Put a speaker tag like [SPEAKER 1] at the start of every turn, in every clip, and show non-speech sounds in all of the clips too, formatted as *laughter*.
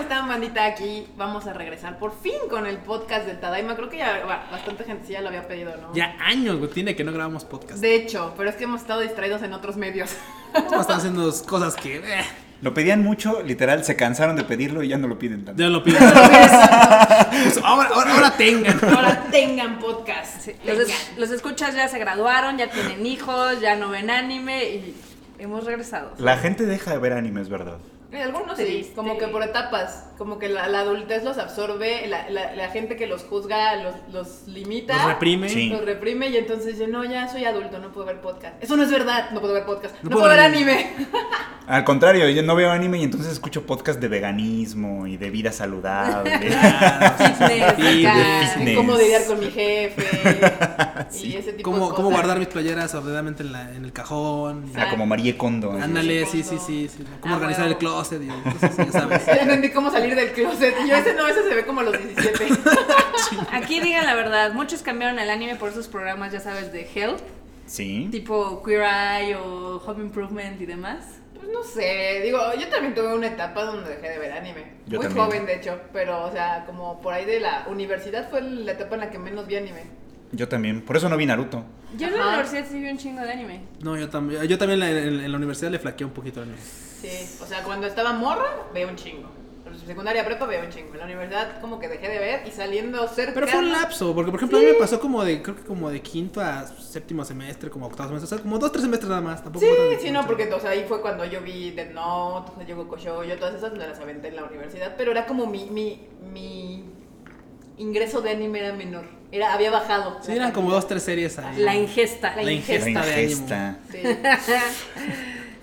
[SPEAKER 1] están, bandita? Aquí vamos a regresar por fin con el podcast del Tadaima. Creo que ya bueno, bastante gente sí ya lo había pedido, ¿no?
[SPEAKER 2] Ya años, güey, tiene que no
[SPEAKER 1] *laughs*
[SPEAKER 2] grabamos podcast.
[SPEAKER 1] De hecho, pero es que hemos estado distraídos en otros medios. *laughs*
[SPEAKER 2] Estamos haciendo cosas que. eh,
[SPEAKER 3] Lo pedían mucho, literal, se cansaron de pedirlo y ya no lo piden tanto.
[SPEAKER 2] ya lo
[SPEAKER 1] *laughs*
[SPEAKER 2] pido. Pues ahora, ahora, ahora tengan.
[SPEAKER 1] Ahora tengan podcast.
[SPEAKER 4] Sí, los,
[SPEAKER 1] Tengan.
[SPEAKER 4] es- los escuchas ya se graduaron, ya tienen hijos, ya no ven anime y hemos regresado.
[SPEAKER 3] La gente deja de ver animes, ¿verdad?
[SPEAKER 1] Eh, Algunos sí,
[SPEAKER 4] Triste.
[SPEAKER 1] como que por etapas, como que la, la adultez los absorbe, la, la- la gente que los juzga los, los limita.
[SPEAKER 2] Nos reprime.
[SPEAKER 3] Sí.
[SPEAKER 1] Los reprime y entonces dicen, no, ya soy adulto, no puedo ver podcast. Eso no es verdad, no puedo ver podcast. No, puedo ver anime.
[SPEAKER 3] Al contrario, yo no veo anime y entonces escucho podcast de veganismo y de vida saludable.
[SPEAKER 4] Fitness,
[SPEAKER 2] Sí,
[SPEAKER 4] acá.
[SPEAKER 3] de fitness.
[SPEAKER 1] *laughs* Cómo lidiar con mi jefe. Y
[SPEAKER 3] Sí.
[SPEAKER 1] ese tipo de
[SPEAKER 2] ¿Cómo,
[SPEAKER 1] cosas.
[SPEAKER 2] cómo guardar mis playeras ordenadamente en, la- en el cajón?
[SPEAKER 3] Ah, como Marie Kondo. así.
[SPEAKER 2] Ándale, sí, sí, sí. sí. ¿Cómo
[SPEAKER 4] Ah,
[SPEAKER 2] organizar
[SPEAKER 4] huevo.
[SPEAKER 2] el closet? Y cosas así, ya
[SPEAKER 1] *laughs*
[SPEAKER 2] sabes.
[SPEAKER 1] Ya entendí cómo salir del closet. Y yo ese no, ese se ve como a los
[SPEAKER 2] *laughs*
[SPEAKER 1] Pues 17.
[SPEAKER 4] Aquí digan la verdad, muchos cambiaron el anime por esos programas, ya sabes, de Help,
[SPEAKER 3] Sí.
[SPEAKER 4] tipo Queer Eye o Home Improvement y demás.
[SPEAKER 1] Pues no sé, digo, yo también tuve una etapa donde dejé de ver anime.
[SPEAKER 3] Yo
[SPEAKER 1] Muy
[SPEAKER 3] también.
[SPEAKER 1] joven, de hecho, pero, o sea, como por ahí de la universidad fue la etapa en la que menos vi anime.
[SPEAKER 3] Yo también. Por eso no vi Naruto.
[SPEAKER 4] Yo en la
[SPEAKER 1] Ajá.
[SPEAKER 4] universidad sí vi un chingo de anime.
[SPEAKER 2] No, yo también. Yo también en, la- en la universidad le flaqueé un poquito al anime.
[SPEAKER 1] Sí, o sea, cuando estaba morra, veo un chingo. En secundaria prepa veo un chingo. En la universidad como que dejé de ver y saliendo cerca...
[SPEAKER 2] Pero fue un lapso, porque por ejemplo a mí me pasó como de, creo que como de quinto a séptimo semestre, como octavo semestre, o sea, como dos, tres semestres nada más, tampoco.
[SPEAKER 1] Sí,
[SPEAKER 2] fue tan
[SPEAKER 1] sí,
[SPEAKER 2] mucho.
[SPEAKER 1] no, porque o sea, ahí fue cuando yo vi Dead Note, Yoko Show, yo todas esas me las aventé en la universidad, pero era como mi, mi, mi ingreso de anime era menor. Era, había bajado.
[SPEAKER 2] Sí, eran como dos, tres series ahí.
[SPEAKER 4] La ingesta.
[SPEAKER 1] La
[SPEAKER 2] La ingesta,
[SPEAKER 3] La
[SPEAKER 2] de ingesta.
[SPEAKER 3] ingesta.
[SPEAKER 1] Sí. *laughs*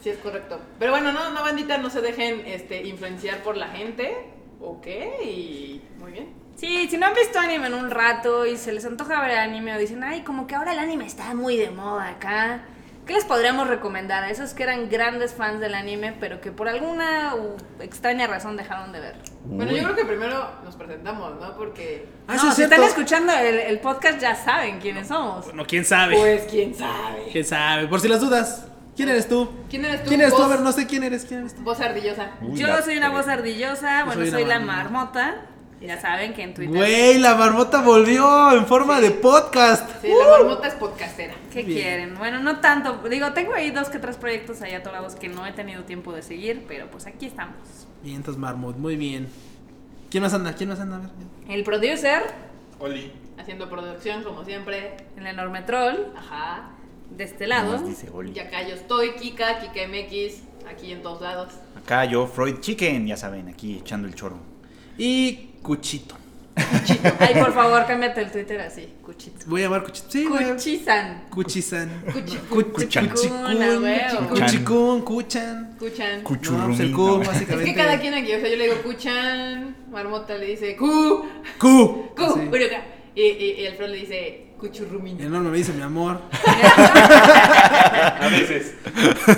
[SPEAKER 1] Sí, es correcto. Pero bueno, no, no, bandita, no se dejen este, influenciar por la gente. Ok, y muy bien.
[SPEAKER 4] Sí, si no han visto anime en un rato y se les antoja ver anime o dicen, ay, como que ahora el anime está muy de moda acá, ¿qué les podríamos recomendar a esos que eran grandes fans del anime pero que por alguna u- extraña razón dejaron de ver?
[SPEAKER 1] Bueno,
[SPEAKER 3] Uy.
[SPEAKER 1] yo creo que primero nos presentamos, ¿no? Porque,
[SPEAKER 2] Ah,
[SPEAKER 4] no,
[SPEAKER 2] sí,
[SPEAKER 4] si
[SPEAKER 2] es cierto.
[SPEAKER 4] están escuchando el, el podcast ya saben quiénes somos.
[SPEAKER 2] Bueno, quién sabe.
[SPEAKER 1] pues, quién sabe.
[SPEAKER 2] Quién sabe. Por si las dudas, ¿quién eres tú?
[SPEAKER 1] ¿Quién eres tú?
[SPEAKER 2] ¿Quién eres tú? A
[SPEAKER 1] Vos-
[SPEAKER 2] ver, no sé quién eres, ¿quién eres tú?
[SPEAKER 1] Voz ardillosa.
[SPEAKER 3] Uy,
[SPEAKER 4] Yo
[SPEAKER 3] la
[SPEAKER 4] soy una
[SPEAKER 3] pre-
[SPEAKER 4] voz ardillosa,
[SPEAKER 2] Yo
[SPEAKER 4] bueno,
[SPEAKER 2] soy
[SPEAKER 4] soy,
[SPEAKER 2] una
[SPEAKER 4] la
[SPEAKER 2] marmota.
[SPEAKER 4] marmota. Ya saben que en Twitter...
[SPEAKER 2] Güey, la marmota volvió en forma de podcast.
[SPEAKER 1] Sí, la marmota es podcastera.
[SPEAKER 4] ¿Qué
[SPEAKER 2] Bien.
[SPEAKER 4] quieren? Bueno, no tanto. Digo, tengo ahí dos que tres proyectos allá atorados que no he tenido tiempo de seguir, pero pues aquí estamos.
[SPEAKER 2] Bien, entonces Marmot, muy bien. ¿Quién más anda? ¿Quién más anda? A ver.
[SPEAKER 4] El producer,
[SPEAKER 5] Oli.
[SPEAKER 1] Haciendo producción, como siempre.
[SPEAKER 4] el enorme troll,
[SPEAKER 1] Ajá.
[SPEAKER 4] de este
[SPEAKER 3] Nomás
[SPEAKER 4] lado.
[SPEAKER 3] dice Oli.
[SPEAKER 1] Y acá yo estoy, Kika, Kika MX, aquí en todos lados.
[SPEAKER 3] Acá yo, Freud Chicken, ya saben, aquí echando el choro.
[SPEAKER 2] Y Cuchito.
[SPEAKER 4] Ay, por favor, cámbiate el Twitter así, cuchito.
[SPEAKER 2] Voy a llamar Cuchito. Sí, voy a- *laughs*
[SPEAKER 4] Cuchizan.
[SPEAKER 2] Cuchizan.
[SPEAKER 1] Cuchicun.
[SPEAKER 3] Cuchan.
[SPEAKER 2] Cuchicun,
[SPEAKER 4] a huevo.
[SPEAKER 2] Cuchicun, Cuchan.
[SPEAKER 1] Cuchan.
[SPEAKER 2] No, pues el
[SPEAKER 3] Cuchurrumino.
[SPEAKER 2] Q,
[SPEAKER 1] Es
[SPEAKER 2] básicamente.
[SPEAKER 1] que cada quien aquí, o sea, yo le digo Cuchan, Marmota le dice Cu,
[SPEAKER 2] Q.
[SPEAKER 1] Cu,
[SPEAKER 2] Ah, Sí.
[SPEAKER 1] Uruka. Y, y, y Alfredo le dice Cuchurrumino.
[SPEAKER 2] Enorme me dice mi amor.
[SPEAKER 5] A veces.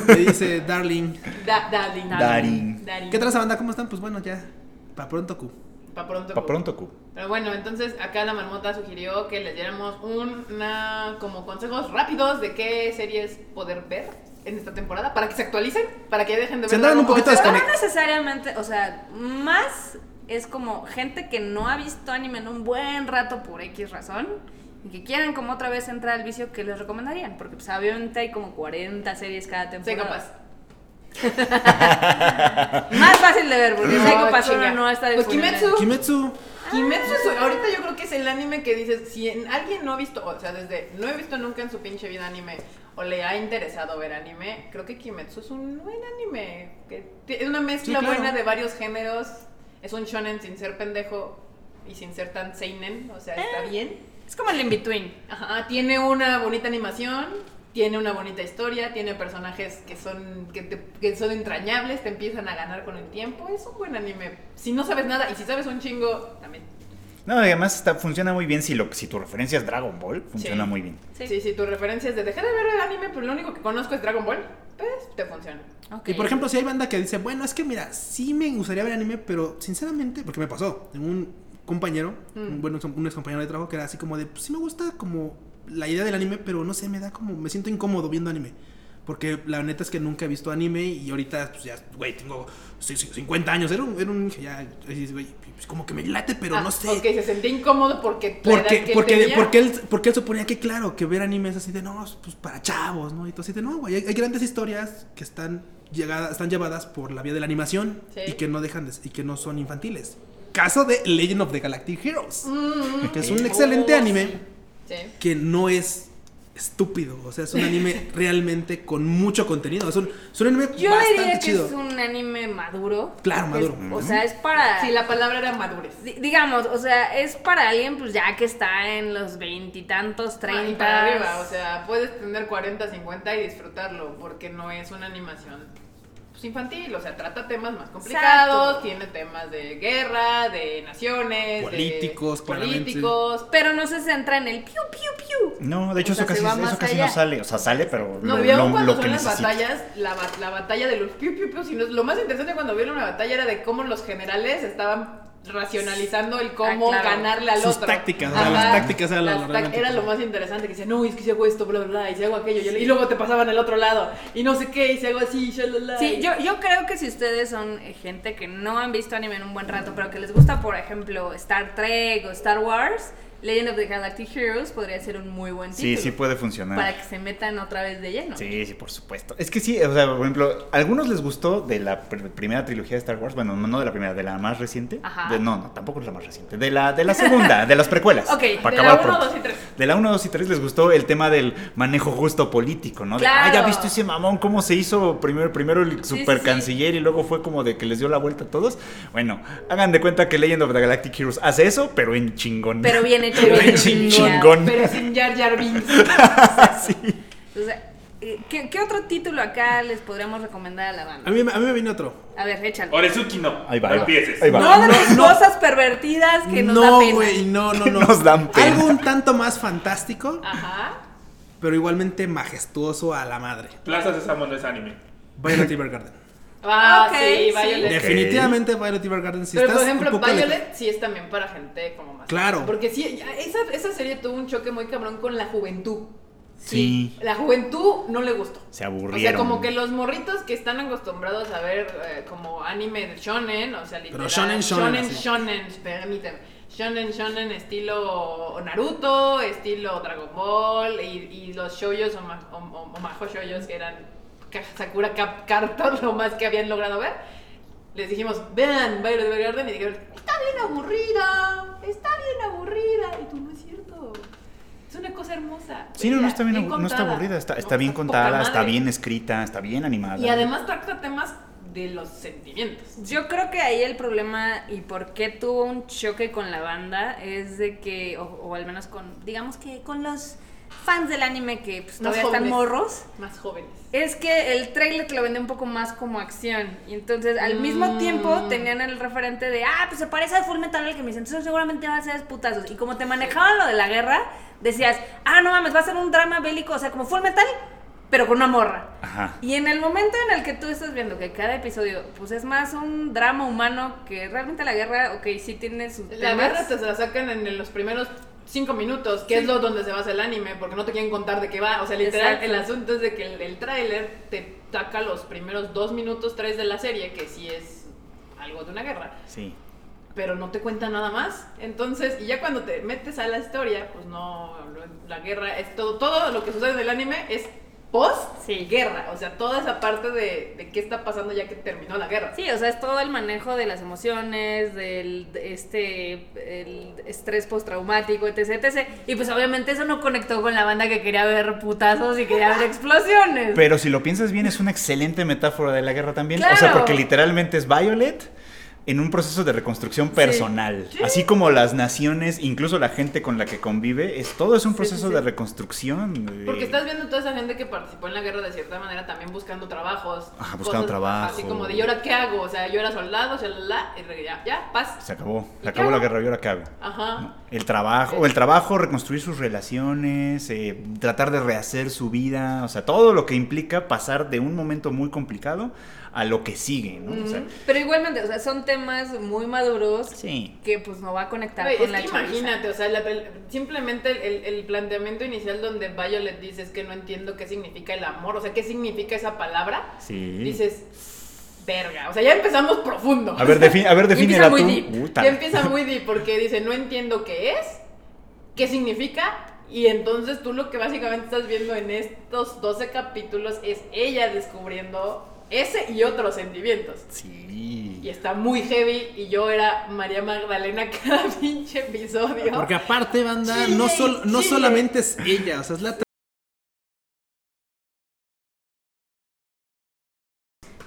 [SPEAKER 2] Me dice darling.
[SPEAKER 1] Da, darling.
[SPEAKER 3] Darin.
[SPEAKER 1] Darin.
[SPEAKER 2] ¿Qué traza banda? ¿Cómo están? Pues bueno, ya. Pa' pronto Q.
[SPEAKER 1] Pa' pronto.
[SPEAKER 3] Pa'
[SPEAKER 1] Cu.
[SPEAKER 3] pronto, Q.
[SPEAKER 1] Pero bueno, entonces acá la marmota sugirió que les diéramos una, como consejos rápidos de qué series poder ver en esta temporada para que se actualicen, para que dejen de ver.
[SPEAKER 2] Se andaban
[SPEAKER 1] la
[SPEAKER 2] un
[SPEAKER 1] Dragon
[SPEAKER 2] poquito
[SPEAKER 1] Ball Z.
[SPEAKER 4] No
[SPEAKER 2] desconectados.
[SPEAKER 4] necesariamente, o sea, más es como gente que no ha visto anime en un buen rato por X razón y que quieran como otra vez entrar al vicio, ¿qué les recomendarían? Porque pues obviamente hay como 40 series cada
[SPEAKER 1] Sé
[SPEAKER 4] temporada.
[SPEAKER 1] capaz.
[SPEAKER 4] Más fácil de ver, porque Psycho
[SPEAKER 1] Ah,
[SPEAKER 4] Pass uno
[SPEAKER 1] chinga.
[SPEAKER 4] no está
[SPEAKER 1] Pues
[SPEAKER 4] disponible.
[SPEAKER 1] Kimetsu.
[SPEAKER 2] Kimetsu.
[SPEAKER 1] Kimetsu es- ahorita yo creo que es el anime que dices, si en- alguien no ha visto, o sea, desde no he visto nunca en su pinche vida anime o le ha interesado ver anime, creo que Kimetsu es un buen anime, que ti- es una mezcla
[SPEAKER 2] Sí, claro.
[SPEAKER 1] buena de varios géneros, es un shonen sin ser pendejo y sin ser tan seinen, o sea, está bien.
[SPEAKER 4] Es como el in-between.
[SPEAKER 1] Ajá, tiene una bonita animación, tiene una bonita historia, tiene personajes que son, que, te- que son entrañables, te empiezan a ganar con el tiempo, es un buen anime. Si no sabes nada y si sabes un chingo, también.
[SPEAKER 3] No, además está, funciona muy bien si, lo, si tu referencia es Dragon Ball, funciona
[SPEAKER 1] Sí.
[SPEAKER 3] muy bien.
[SPEAKER 1] Sí, sí, tu referencia es de dejé de ver el anime, pero lo único que conozco es Dragon Ball, pues te funciona.
[SPEAKER 4] Ok.
[SPEAKER 2] Y por ejemplo, si hay banda que dice, bueno, es que mira, sí me gustaría ver anime, pero sinceramente, porque me pasó, tengo un compañero, un,
[SPEAKER 1] Mm.
[SPEAKER 2] bueno, un ex compañero de trabajo que era así como de, pues sí me gusta como la idea del anime, pero no sé, me da como, me siento incómodo viendo anime. Porque la neta es que nunca he visto anime y ahorita, pues ya, güey, tengo sí, sí, 50 años. Era un, era un ya, dices, güey, pues como que me late, pero
[SPEAKER 1] Ah,
[SPEAKER 2] no sé.
[SPEAKER 1] Ok, se sentía incómodo porque. la edad
[SPEAKER 2] Porque,
[SPEAKER 1] que
[SPEAKER 2] porque,
[SPEAKER 1] tenía.
[SPEAKER 2] porque, él, porque él suponía que, claro, que ver anime es así de, no, pues para chavos, ¿no? Y todo así de, no, güey, hay, hay grandes historias que están, llegadas, están llevadas por la vía de la animación
[SPEAKER 1] Sí.
[SPEAKER 2] y que no dejan de- y que no son infantiles. Caso de Legend of the Galactic Heroes,
[SPEAKER 1] Mm,
[SPEAKER 2] que es
[SPEAKER 1] sí.
[SPEAKER 2] un excelente
[SPEAKER 1] Oh,
[SPEAKER 2] anime
[SPEAKER 1] Sí. Sí.
[SPEAKER 2] que no es estúpido, o sea, es un
[SPEAKER 4] *laughs*
[SPEAKER 2] anime realmente con mucho contenido, es un, es un anime
[SPEAKER 4] Yo
[SPEAKER 2] bastante
[SPEAKER 4] diría que
[SPEAKER 2] chido.
[SPEAKER 4] es un anime maduro.
[SPEAKER 2] Claro,
[SPEAKER 4] Es-
[SPEAKER 2] maduro.
[SPEAKER 4] o sea, es para.
[SPEAKER 1] Sí, la palabra era madurez.
[SPEAKER 4] di- Digamos, o sea, es para alguien pues ya que está en los veintitantos,
[SPEAKER 1] Ah, Y
[SPEAKER 4] treinta.
[SPEAKER 1] para arriba, o sea, puedes tener 40, 50 y disfrutarlo, porque no es una animación pues, infantil, o sea, trata temas más complicados,
[SPEAKER 4] Exacto.
[SPEAKER 1] tiene temas de guerra, de naciones, de
[SPEAKER 2] Políticos, claramente.
[SPEAKER 1] políticos.
[SPEAKER 4] Pero no se centra en el piu, piu, piu.
[SPEAKER 3] No, de hecho
[SPEAKER 4] O sea,
[SPEAKER 3] eso casi,
[SPEAKER 4] se va
[SPEAKER 3] eso
[SPEAKER 4] más
[SPEAKER 3] casi
[SPEAKER 4] allá.
[SPEAKER 3] no sale. O sea, sale, pero
[SPEAKER 1] No,
[SPEAKER 3] lo,
[SPEAKER 1] vieron
[SPEAKER 3] lo-
[SPEAKER 1] cuando
[SPEAKER 3] lo que
[SPEAKER 1] son las
[SPEAKER 3] necesita.
[SPEAKER 1] batallas, la, bat- la batalla de los piu piu piu, sino es- lo más interesante cuando vieron una batalla era de cómo los generales estaban racionalizando el cómo
[SPEAKER 4] Ah, claro.
[SPEAKER 1] ganarle al
[SPEAKER 2] Sus
[SPEAKER 1] otro.
[SPEAKER 2] tácticas, o sea, las tácticas era lo-
[SPEAKER 1] las
[SPEAKER 2] lo
[SPEAKER 1] tac-
[SPEAKER 2] realmente
[SPEAKER 1] era lo más interesante, que decía, no, es que si hago esto, bla, bla, bla, y si hago aquello, y, y luego te pasaban al otro lado, y no sé qué, y si hago así, shalala.
[SPEAKER 4] Sí, yo, yo creo que si ustedes son eh, gente que no han visto anime en un buen rato, pero que les gusta, por ejemplo, Star Trek o Star Wars, Legend of the Galactic Heroes podría ser un muy buen
[SPEAKER 3] Sí,
[SPEAKER 4] título.
[SPEAKER 3] sí puede funcionar.
[SPEAKER 4] Para que se metan otra vez de lleno.
[SPEAKER 3] Sí, sí, por supuesto. Es que sí, o sea, por ejemplo, algunos les gustó de la pr- primera trilogía de Star Wars, bueno, no de la primera, de la más reciente.
[SPEAKER 4] Ajá.
[SPEAKER 3] De- no, no, tampoco es la más reciente. De la, de la segunda, de las precuelas.
[SPEAKER 4] Ok,
[SPEAKER 3] para
[SPEAKER 1] de la
[SPEAKER 3] acabar
[SPEAKER 1] 1,
[SPEAKER 3] pronto.
[SPEAKER 1] 2
[SPEAKER 2] *laughs*
[SPEAKER 1] y 3.
[SPEAKER 3] De la 1, 2 y 3 les gustó el tema del manejo justo político, ¿no? De,
[SPEAKER 4] Claro.
[SPEAKER 3] ah, ya viste ese mamón, cómo se hizo primero, primero el
[SPEAKER 4] Sí, sí,
[SPEAKER 3] super
[SPEAKER 4] sí.
[SPEAKER 3] canciller y luego fue como de que les dio la vuelta a todos. Bueno, hagan de cuenta que Legend of the Galactic Heroes hace eso, pero en chingón. *laughs*
[SPEAKER 4] Pero bien hecho,
[SPEAKER 3] Pero
[SPEAKER 4] bien
[SPEAKER 3] en chin-
[SPEAKER 4] chingado.
[SPEAKER 3] chingón.
[SPEAKER 1] Pero sin Jar Jar Binks.
[SPEAKER 3] Sí.
[SPEAKER 4] O sea, eh, ¿qué, qué otro título acá les podríamos recomendar a la
[SPEAKER 2] A
[SPEAKER 4] banda?
[SPEAKER 2] mí, me- a mí me vino otro.
[SPEAKER 4] A ver, échalo.
[SPEAKER 5] Orezuki no.
[SPEAKER 3] Ahí va,
[SPEAKER 5] No
[SPEAKER 3] ahí va,
[SPEAKER 5] empieces.
[SPEAKER 3] ahí va.
[SPEAKER 4] No de
[SPEAKER 2] No,
[SPEAKER 4] las
[SPEAKER 2] no.
[SPEAKER 4] cosas pervertidas que nos da
[SPEAKER 2] no,
[SPEAKER 4] pena.
[SPEAKER 2] güey, no, no, no.
[SPEAKER 3] *laughs* Nos dan pena.
[SPEAKER 2] Algo un tanto más fantástico.
[SPEAKER 1] Ajá.
[SPEAKER 2] pero igualmente majestuoso a la madre.
[SPEAKER 5] Plaza Sésamo no es anime.
[SPEAKER 2] Violet Evergarden.
[SPEAKER 1] Ah,
[SPEAKER 4] Ok,
[SPEAKER 1] sí,
[SPEAKER 4] sí.
[SPEAKER 1] Violet.
[SPEAKER 2] Definitivamente Violet Evergarden. Si
[SPEAKER 1] Pero
[SPEAKER 2] estás
[SPEAKER 1] por
[SPEAKER 2] un
[SPEAKER 1] ejemplo,
[SPEAKER 2] poco alejado-
[SPEAKER 1] Violet sí es también para gente como más.
[SPEAKER 2] Claro.
[SPEAKER 1] Porque sí, ya- esa, esa serie tuvo un choque muy cabrón con la juventud.
[SPEAKER 3] Sí.
[SPEAKER 1] La juventud no le gustó.
[SPEAKER 3] Se
[SPEAKER 1] O
[SPEAKER 3] aburrieron.
[SPEAKER 1] sea, como que los morritos que están acostumbrados a ver eh, como anime de shonen, o sea, literal.
[SPEAKER 2] shonen, shonen,
[SPEAKER 1] Shonen,
[SPEAKER 2] así.
[SPEAKER 1] shonen, permíteme. Shonen, shonen, estilo Naruto, estilo Dragon Ball, y, y los shoyos o, ma- o, o- o majo shoyos que eran Ka- Sakura Cap Cartor, lo más que habían logrado ver. Les dijimos, vean Violet Evergarden, y dijeron, está bien aburrida, está bien aburrida. Y tú, no es cierto. Es una cosa hermosa.
[SPEAKER 3] Sí, no, no
[SPEAKER 1] Vela,
[SPEAKER 3] está, bien, abu- no está
[SPEAKER 1] contada.
[SPEAKER 3] aburrida, está,
[SPEAKER 1] No,
[SPEAKER 3] está bien
[SPEAKER 1] poca
[SPEAKER 3] contada, está
[SPEAKER 1] madre.
[SPEAKER 3] bien escrita, está bien animada.
[SPEAKER 1] Y además trata temas de los sentimientos.
[SPEAKER 4] Yo creo que ahí el problema y por qué tuvo un choque con la banda es de que, o, o al menos con, digamos que con los fans del anime que pues,
[SPEAKER 1] Más
[SPEAKER 4] todavía
[SPEAKER 1] jóvenes.
[SPEAKER 4] están morros,
[SPEAKER 1] Más jóvenes.
[SPEAKER 4] es que el trailer te lo vende un poco más como acción. Y entonces al mismo
[SPEAKER 1] Mm.
[SPEAKER 4] tiempo tenían el referente de, ah, pues se parece al Full Metal Alchemist, entonces seguramente van a ser putazos. Y como te manejaban lo de la guerra, decías, ah, no mames, va a ser un drama bélico, o sea, como Full Metal, pero con una morra.
[SPEAKER 3] Ajá.
[SPEAKER 4] Y en el momento en el que tú estás viendo que cada episodio, pues es más un drama humano que realmente la guerra, ok, sí tiene sus
[SPEAKER 1] La
[SPEAKER 4] temas.
[SPEAKER 1] guerra te se la sacan en los primeros cinco minutos, que es lo donde se basa el anime, porque no te quieren contar de qué va. O sea, literal,
[SPEAKER 4] Exacto.
[SPEAKER 1] el asunto es de que el, el tráiler te saca los primeros dos minutos, tres de la serie, que sí es algo de una guerra.
[SPEAKER 3] Sí.
[SPEAKER 1] pero no te cuenta nada más. Entonces, y ya cuando te metes a la historia, pues no, no- la guerra es todo, todo lo que sucede en el anime es post guerra, o sea, toda esa parte de, de qué está pasando ya que terminó la guerra.
[SPEAKER 4] Sí, o sea, es todo el manejo de las emociones, del de este el estrés postraumático, etc, etc. Y pues obviamente eso no conectó con la banda que quería ver putazos y
[SPEAKER 1] *laughs*
[SPEAKER 4] quería ver explosiones.
[SPEAKER 3] Pero si lo piensas bien, es una excelente metáfora de la guerra también. O sea,
[SPEAKER 4] Claro.
[SPEAKER 3] porque literalmente es Violet en un proceso de reconstrucción personal. Así como las naciones, incluso la gente con la que convive, es todo es un
[SPEAKER 4] Sí,
[SPEAKER 3] proceso
[SPEAKER 4] sí, sí.
[SPEAKER 3] de reconstrucción. de-
[SPEAKER 1] Porque estás viendo toda esa gente que participó en la guerra de cierta manera también buscando trabajos.
[SPEAKER 3] Ajá, buscando trabajo.
[SPEAKER 1] Así como de, ¿y ahora qué hago? O sea, yo era soldado, shalala, y re- ya, ya, paz.
[SPEAKER 3] Se acabó.
[SPEAKER 1] ¿Y
[SPEAKER 3] Se acabó la
[SPEAKER 1] qué hago?
[SPEAKER 3] guerra. ¿Y ahora qué hago? ¿no?
[SPEAKER 1] Ajá.
[SPEAKER 3] El trabajo, o el trabajo, reconstruir sus relaciones, eh, tratar de rehacer su vida, o sea, todo lo que implica pasar de un momento muy complicado a lo que sigue, ¿no? O sea,
[SPEAKER 4] Pero igualmente, o sea, son temas muy maduros
[SPEAKER 3] Sí.
[SPEAKER 4] que pues no va a conectar
[SPEAKER 1] Güey,
[SPEAKER 4] con
[SPEAKER 1] es
[SPEAKER 4] la
[SPEAKER 1] que
[SPEAKER 4] chaviza.
[SPEAKER 1] imagínate, o sea, la pel- simplemente el, el planteamiento inicial donde Violet dice es que no entiendo qué significa el amor, o sea, qué significa esa palabra,
[SPEAKER 3] Sí.
[SPEAKER 1] dices, verga, o sea, ya empezamos profundo. *laughs*
[SPEAKER 3] A ver, defi- a ver,
[SPEAKER 1] Ya
[SPEAKER 3] defínela
[SPEAKER 1] empieza muy
[SPEAKER 3] tú.
[SPEAKER 1] deep,
[SPEAKER 3] Puta.
[SPEAKER 1] Ya empieza muy deep porque dice, no entiendo qué es, qué significa, y entonces tú lo que básicamente estás viendo en estos 12 capítulos es ella descubriendo ese y otros sentimientos.
[SPEAKER 3] Sí.
[SPEAKER 1] Y está muy heavy y yo era María Magdalena cada *laughs* pinche episodio.
[SPEAKER 2] Porque aparte, banda,
[SPEAKER 1] Chile,
[SPEAKER 2] no, sol- no
[SPEAKER 1] Chile.
[SPEAKER 2] solamente es ella, o sea, es la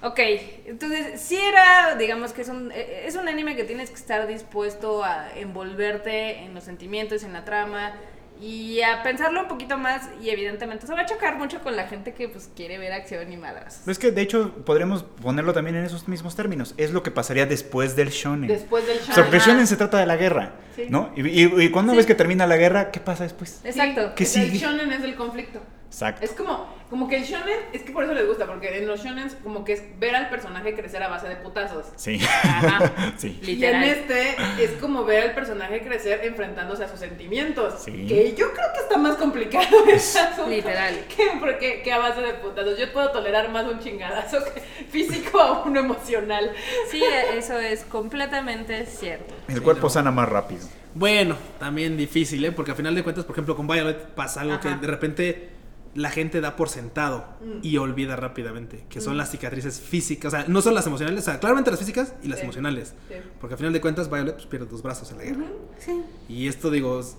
[SPEAKER 4] Ok, entonces sí era, digamos que es un, eh, es un anime que tienes que estar dispuesto a envolverte en los sentimientos, en la trama y a pensarlo un poquito más y evidentemente se va a chocar mucho con la gente que pues quiere ver acción y madras.
[SPEAKER 3] Es que de hecho podremos ponerlo también en esos mismos términos. Es lo que pasaría después del shonen.
[SPEAKER 1] Después del
[SPEAKER 3] o sea, porque el
[SPEAKER 1] shonen.
[SPEAKER 3] shonen se trata de la guerra,
[SPEAKER 1] Sí.
[SPEAKER 3] ¿no? Y, y- y cuando
[SPEAKER 4] Sí.
[SPEAKER 3] ves que termina la guerra, ¿qué pasa después?
[SPEAKER 4] Exacto.
[SPEAKER 3] ¿Qué
[SPEAKER 1] Ah, O sea,
[SPEAKER 3] sigue?
[SPEAKER 1] El shonen es el conflicto.
[SPEAKER 3] Exacto.
[SPEAKER 1] Es como, como que el shonen, es que por eso les gusta, porque en los shonen como que es ver al personaje crecer a base de putazos.
[SPEAKER 3] Sí. *laughs*
[SPEAKER 2] *laughs*
[SPEAKER 1] Ajá.
[SPEAKER 3] sí.
[SPEAKER 4] Literal.
[SPEAKER 1] Y en este es como ver al personaje crecer enfrentándose a sus sentimientos.
[SPEAKER 3] Sí.
[SPEAKER 1] Que yo creo que está más complicado *laughs* ese asunto
[SPEAKER 4] literal.
[SPEAKER 1] Que, porque, que a base de putazos. Yo puedo tolerar más un chingadazo que- físico a uno
[SPEAKER 3] *laughs*
[SPEAKER 1] emocional.
[SPEAKER 4] Sí, eh, eso es completamente cierto.
[SPEAKER 3] El cuerpo sana más rápido.
[SPEAKER 2] Bueno, también difícil, ¿eh? Porque al final de cuentas, por ejemplo, con Violet pasa algo
[SPEAKER 4] Ajá.
[SPEAKER 2] que de repente la gente da por sentado
[SPEAKER 1] Mm.
[SPEAKER 2] y olvida rápidamente, que son las cicatrices físicas, o sea, no son las emocionales, o sea, claramente las físicas y las
[SPEAKER 1] Sí.
[SPEAKER 2] emocionales.
[SPEAKER 1] Sí.
[SPEAKER 2] Porque al final de cuentas, Violet pues, pierde dos brazos en la guerra.
[SPEAKER 4] Sí.
[SPEAKER 2] Y esto, digo, s-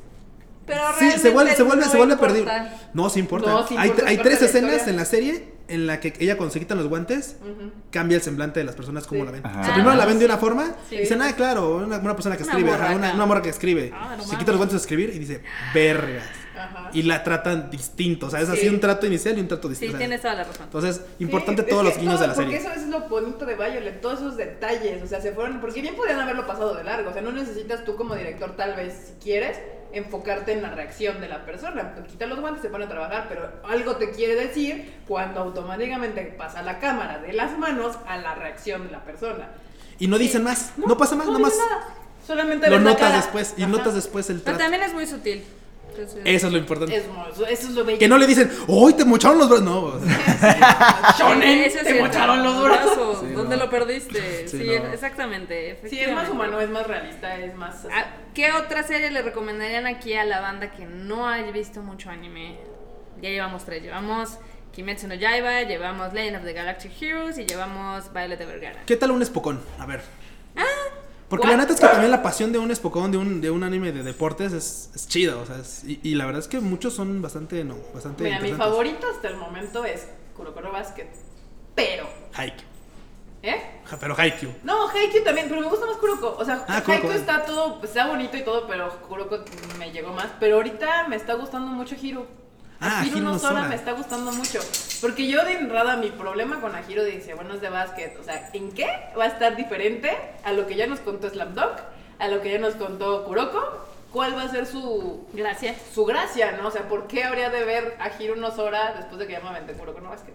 [SPEAKER 4] Pero
[SPEAKER 2] sí, se vuelve, se vuelve, se vuelve
[SPEAKER 4] perdido.
[SPEAKER 2] perdible. No, sí importa.
[SPEAKER 1] No, sí
[SPEAKER 2] hay
[SPEAKER 1] importa,
[SPEAKER 2] hay
[SPEAKER 1] es parte
[SPEAKER 2] tres
[SPEAKER 1] de la
[SPEAKER 2] escenas
[SPEAKER 1] historia.
[SPEAKER 2] en la serie en la que ella cuando se quitan los guantes
[SPEAKER 1] Ujú.
[SPEAKER 2] cambia el semblante de las personas como
[SPEAKER 1] Sí.
[SPEAKER 2] la ven.
[SPEAKER 3] Ajá.
[SPEAKER 2] O sea, primero
[SPEAKER 4] Ah,
[SPEAKER 2] la ven de una
[SPEAKER 4] sí.
[SPEAKER 2] forma
[SPEAKER 1] Sí.
[SPEAKER 2] y dicen, ah, claro, una, una persona que
[SPEAKER 4] Una
[SPEAKER 2] escribe,
[SPEAKER 4] morra
[SPEAKER 2] ajá, una,
[SPEAKER 4] acá.
[SPEAKER 2] una morra que escribe.
[SPEAKER 4] Ah, no
[SPEAKER 2] se
[SPEAKER 4] mames.
[SPEAKER 2] quita los guantes de escribir y dice, vergas.
[SPEAKER 1] Ajá.
[SPEAKER 2] Y la tratan distinto, o sea, es así
[SPEAKER 1] Sí.
[SPEAKER 2] un trato inicial y un trato
[SPEAKER 4] Sí,
[SPEAKER 2] distinto. o sea,
[SPEAKER 4] tienes toda la razón.
[SPEAKER 2] Entonces, importante
[SPEAKER 1] Sí,
[SPEAKER 2] todos
[SPEAKER 1] es
[SPEAKER 2] los
[SPEAKER 1] que
[SPEAKER 2] guiños
[SPEAKER 1] todo-
[SPEAKER 2] de la serie.
[SPEAKER 1] Porque eso es lo bonito de Violet, todos esos detalles, o sea, se fueron, porque bien podrían haberlo pasado de largo, o sea, no necesitas tú como director tal vez, si quieres, enfocarte en la reacción de la persona, quita los guantes, se pone a trabajar, pero algo te quiere decir cuando automáticamente pasa la cámara de las manos a la reacción de la persona.
[SPEAKER 2] Y no dicen más, no, pasa más,
[SPEAKER 1] no
[SPEAKER 2] nada más.
[SPEAKER 1] dice nada, Solamente
[SPEAKER 2] Lo
[SPEAKER 1] ves la
[SPEAKER 2] notas
[SPEAKER 1] cara.
[SPEAKER 2] después y
[SPEAKER 1] Ajá.
[SPEAKER 2] notas después el
[SPEAKER 4] Pero
[SPEAKER 2] trato.
[SPEAKER 4] también es muy sutil. Entonces-
[SPEAKER 2] Eso es lo importante.
[SPEAKER 1] Es mo- Eso, es lo bello.
[SPEAKER 2] Que no le dicen, ¡Uy, te mocharon los brazos! No, o sea,
[SPEAKER 1] *laughs* Shonen,
[SPEAKER 4] Eso es
[SPEAKER 1] te
[SPEAKER 4] cierto.
[SPEAKER 1] mocharon los brazos.
[SPEAKER 2] Sí,
[SPEAKER 4] ¿Dónde
[SPEAKER 2] no.
[SPEAKER 4] lo perdiste?
[SPEAKER 2] Sí,
[SPEAKER 4] Sí,
[SPEAKER 2] no.
[SPEAKER 4] e- exactamente.
[SPEAKER 1] Sí, es más
[SPEAKER 4] efectivamente.
[SPEAKER 1] humano, es más realista, es más...
[SPEAKER 4] Ah, ¿Qué otra serie le recomendarían aquí a la banda que no haya visto mucho anime? Ya llevamos tres. Llevamos Kimetsu no Yaiba, llevamos Legend of the Galactic Heroes y llevamos Violet Evergarden.
[SPEAKER 2] ¿Qué tal un espocón? A ver.
[SPEAKER 4] Ah,
[SPEAKER 2] Porque
[SPEAKER 4] ¿cuál?
[SPEAKER 2] la neta es que también la pasión de un espocón, de un, de un anime de deportes, es, es chida. O sea, es- y, y la verdad es que muchos son bastante, no, bastante
[SPEAKER 1] Mira, mi
[SPEAKER 2] interesantes.
[SPEAKER 1] favorito hasta el momento es Kurokoro Basket. Pero,
[SPEAKER 2] Haikyuu.
[SPEAKER 1] ¿eh?
[SPEAKER 2] Ja, Pero Haikyuu.
[SPEAKER 1] No, Haikyuu también, pero me gusta más Kuroko. O sea,
[SPEAKER 2] Ah, Kuroko,
[SPEAKER 1] Haikyuu
[SPEAKER 2] bueno.
[SPEAKER 1] está todo, pues, está bonito y todo, pero Kuroko me llegó más. Pero ahorita me está gustando mucho Hiro.
[SPEAKER 2] Ah,
[SPEAKER 1] Hiro
[SPEAKER 2] Hiro
[SPEAKER 1] no
[SPEAKER 2] no
[SPEAKER 1] Sora
[SPEAKER 2] Sora.
[SPEAKER 1] me está gustando mucho. Porque yo de entrada mi problema con Hiro dice, bueno, es de básquet. O sea, ¿en qué va a estar diferente a lo que ya nos contó Slam Dunk? A lo que ya nos contó Kuroko. ¿Cuál va a ser su
[SPEAKER 4] Gracias.
[SPEAKER 1] su gracia, ¿no? O sea, ¿por qué habría de ver a Hiro unos horas después de que ya me aventé Kuroko no Basket?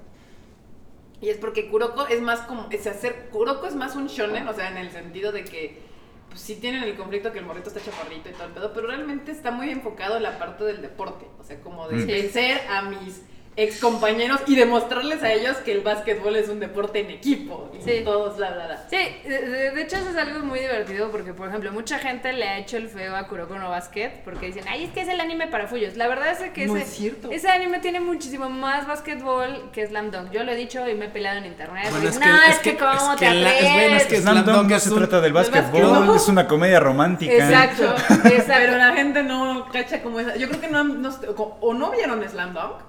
[SPEAKER 1] Y es porque Kuroko es más como, es hacer, Kuroko es más un shonen, o sea, en el sentido de que pues, sí tienen el conflicto que el morrito está chaparrito y todo el pedo, pero realmente está muy enfocado en la parte del deporte, o sea, como de
[SPEAKER 3] Mm.
[SPEAKER 1] vencer a mis ex compañeros y demostrarles a ellos que el básquetbol es un deporte en equipo y
[SPEAKER 4] Sí.
[SPEAKER 1] todos bla bla bla.
[SPEAKER 4] Sí, de, de- de hecho eso es algo muy divertido porque, por ejemplo, mucha gente le ha hecho el feo a Kuroko no Basket porque dicen, ay, es que es el anime para fullos. La verdad es que
[SPEAKER 1] No
[SPEAKER 4] ese,
[SPEAKER 1] es cierto.
[SPEAKER 4] ese anime tiene muchísimo más basquetbol que Slam Dunk. Yo lo he dicho y me he peleado en internet.
[SPEAKER 2] Bueno, es
[SPEAKER 4] porque, no,
[SPEAKER 2] que-
[SPEAKER 4] es,
[SPEAKER 2] es
[SPEAKER 4] que,
[SPEAKER 2] que-
[SPEAKER 4] ¿cómo
[SPEAKER 2] es
[SPEAKER 4] te
[SPEAKER 2] que la- es buena,
[SPEAKER 4] atreves?"
[SPEAKER 2] es que
[SPEAKER 3] Es Slam Dunk no se
[SPEAKER 2] un-
[SPEAKER 3] trata del
[SPEAKER 1] del
[SPEAKER 3] básquetbol,
[SPEAKER 1] básquetbol.
[SPEAKER 3] es una comedia romántica.
[SPEAKER 4] Exacto, exacto.
[SPEAKER 1] *laughs* Pero la gente no cacha como esa. Yo creo que no, han- no sé, o o no vieron Slam Dunk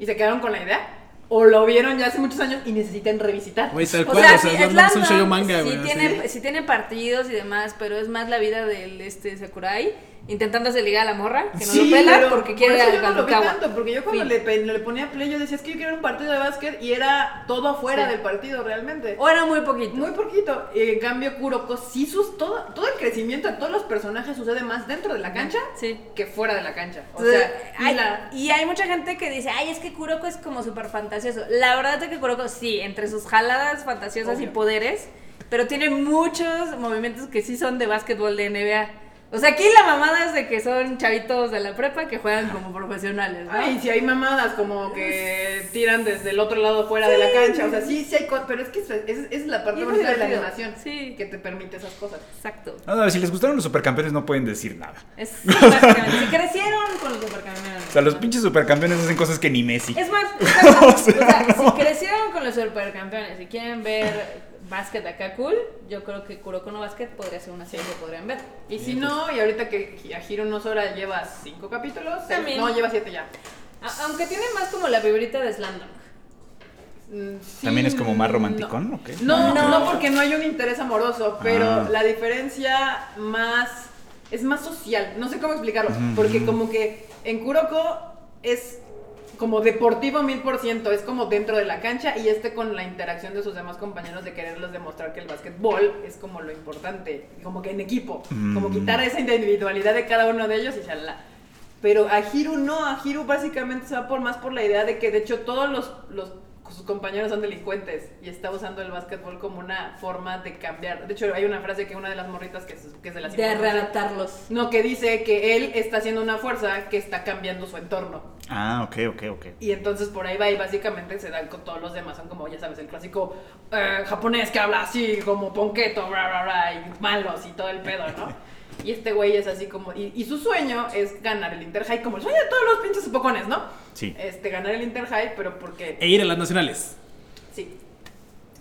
[SPEAKER 1] y se quedaron con la idea, o lo vieron ya hace muchos años y necesitan revisitar.
[SPEAKER 2] Güey, tal
[SPEAKER 4] O
[SPEAKER 2] cual,
[SPEAKER 4] sea,
[SPEAKER 2] o sea,
[SPEAKER 4] sí,
[SPEAKER 2] Slam Dunk es un shoyo manga,
[SPEAKER 4] sí
[SPEAKER 2] güey. así.
[SPEAKER 4] tiene, pues- sí tiene partidos y demás, pero es más la vida del este Sakurai intentándose ligar a la morra, que no lo pela
[SPEAKER 1] pero
[SPEAKER 4] porque quiere
[SPEAKER 1] por eso
[SPEAKER 4] al
[SPEAKER 1] yo no lo vi
[SPEAKER 4] Kadokawa.
[SPEAKER 1] tanto, porque yo cuando
[SPEAKER 4] Fin.
[SPEAKER 1] le, pe- le ponía play yo decía, es que yo quiero un partido de básquet y era todo afuera
[SPEAKER 4] Sí.
[SPEAKER 1] del partido realmente.
[SPEAKER 4] O era muy poquito.
[SPEAKER 1] Muy poquito. Y en cambio, Kuroko, sí, sus, todo, todo el crecimiento de todos los personajes sucede más dentro de la cancha
[SPEAKER 4] Sí.
[SPEAKER 1] que fuera de la cancha. O
[SPEAKER 4] Entonces,
[SPEAKER 1] sea, y
[SPEAKER 4] hay-
[SPEAKER 1] la-
[SPEAKER 4] y hay mucha gente que dice, ay, es que Kuroko es como súper fantasioso. La verdad es que Kuroko, sí, entre sus jaladas fantasiosas y
[SPEAKER 1] Obvio.
[SPEAKER 4] poderes, Pero tiene muchos movimientos que sí son de básquetbol de NBA. O sea, aquí la mamada es de que son chavitos de la prepa que juegan como profesionales, ¿no?
[SPEAKER 1] Ay, si hay mamadas como que tiran desde el otro lado fuera de la cancha. O sea, sí, sí hay cosas. Pero es que es, es- es la parte
[SPEAKER 4] Y es
[SPEAKER 1] bonita de la
[SPEAKER 4] divertido.
[SPEAKER 1] animación.
[SPEAKER 4] Sí.
[SPEAKER 1] Que te permite esas cosas.
[SPEAKER 4] Exacto.
[SPEAKER 3] No, no, si les gustaron los supercampeones no pueden decir nada.
[SPEAKER 4] Es *laughs* básicamente- Si crecieron con los supercampeones.
[SPEAKER 3] O sea, los
[SPEAKER 4] ¿no?
[SPEAKER 3] pinches supercampeones hacen cosas que ni Messi. *laughs*
[SPEAKER 4] Es más, exacto, o sea,
[SPEAKER 3] no.
[SPEAKER 4] si crecieron con los supercampeones y quieren ver básquet acá cool, yo creo que Kuroko no Basket podría ser una serie que podrían ver.
[SPEAKER 1] Y
[SPEAKER 3] pues
[SPEAKER 1] si no, y ahorita que a Hiro no Sora lleva cinco capítulos. seis-
[SPEAKER 4] También.
[SPEAKER 1] No, lleva siete ya.
[SPEAKER 4] A- aunque tiene más como la vibrita de Slam Dunk.
[SPEAKER 1] Mm, sí,
[SPEAKER 3] ¿También es como más
[SPEAKER 1] no.
[SPEAKER 3] romanticón o qué?
[SPEAKER 1] No,
[SPEAKER 4] No.
[SPEAKER 1] no, porque no hay un interés amoroso, pero
[SPEAKER 3] Ah.
[SPEAKER 1] la diferencia más es más social, no sé cómo explicarlo, porque como que en Kuroko es como deportivo mil por ciento, es como dentro de la cancha y este con la interacción de sus demás compañeros de quererles demostrar que el básquetbol es como lo importante, como que en equipo, como
[SPEAKER 3] Mm.
[SPEAKER 1] quitar esa individualidad de cada uno de ellos y shalala. Pero a Hiru no, a Hiru básicamente se va por más por la idea de que de hecho todos los, los- sus compañeros son delincuentes y está usando el básquetbol como una forma de cambiar. De hecho hay una frase que una de las morritas que es, que es de las
[SPEAKER 4] De
[SPEAKER 1] infantes-
[SPEAKER 4] arrebatarlos.
[SPEAKER 1] No, que dice que él está haciendo una fuerza que está cambiando su entorno.
[SPEAKER 3] Ah, ok, ok, ok.
[SPEAKER 1] Y entonces por ahí va y básicamente se dan con todos los demás, son como, ya sabes, el clásico eh, japonés que habla así, como ponqueto, bla, bla, bla, y malos y todo el pedo, ¿no? Y este güey es así como, y, y su sueño es ganar el Interhigh, como el sueño de todos los pinches supocones, ¿no?
[SPEAKER 3] Sí.
[SPEAKER 1] Este, ganar el Interhigh, pero porque,
[SPEAKER 2] E ir a las nacionales.
[SPEAKER 1] sí,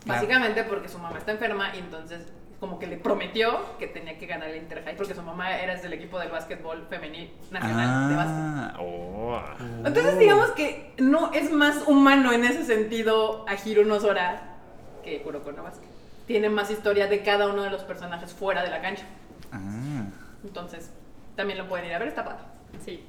[SPEAKER 2] Claro.
[SPEAKER 1] básicamente porque su mamá está enferma y entonces como que le prometió que tenía que ganar el Interhigh porque su mamá era del equipo del básquetbol femenil nacional de básquet.
[SPEAKER 3] Ah, oh.
[SPEAKER 1] Entonces digamos que no es más humano en ese sentido a Hiro no Sora que Kuroko no Basket. Tiene más historia de cada uno de los personajes fuera de la cancha.
[SPEAKER 3] Ah.
[SPEAKER 1] Entonces, también lo pueden ir a ver, está padre.
[SPEAKER 4] Sí.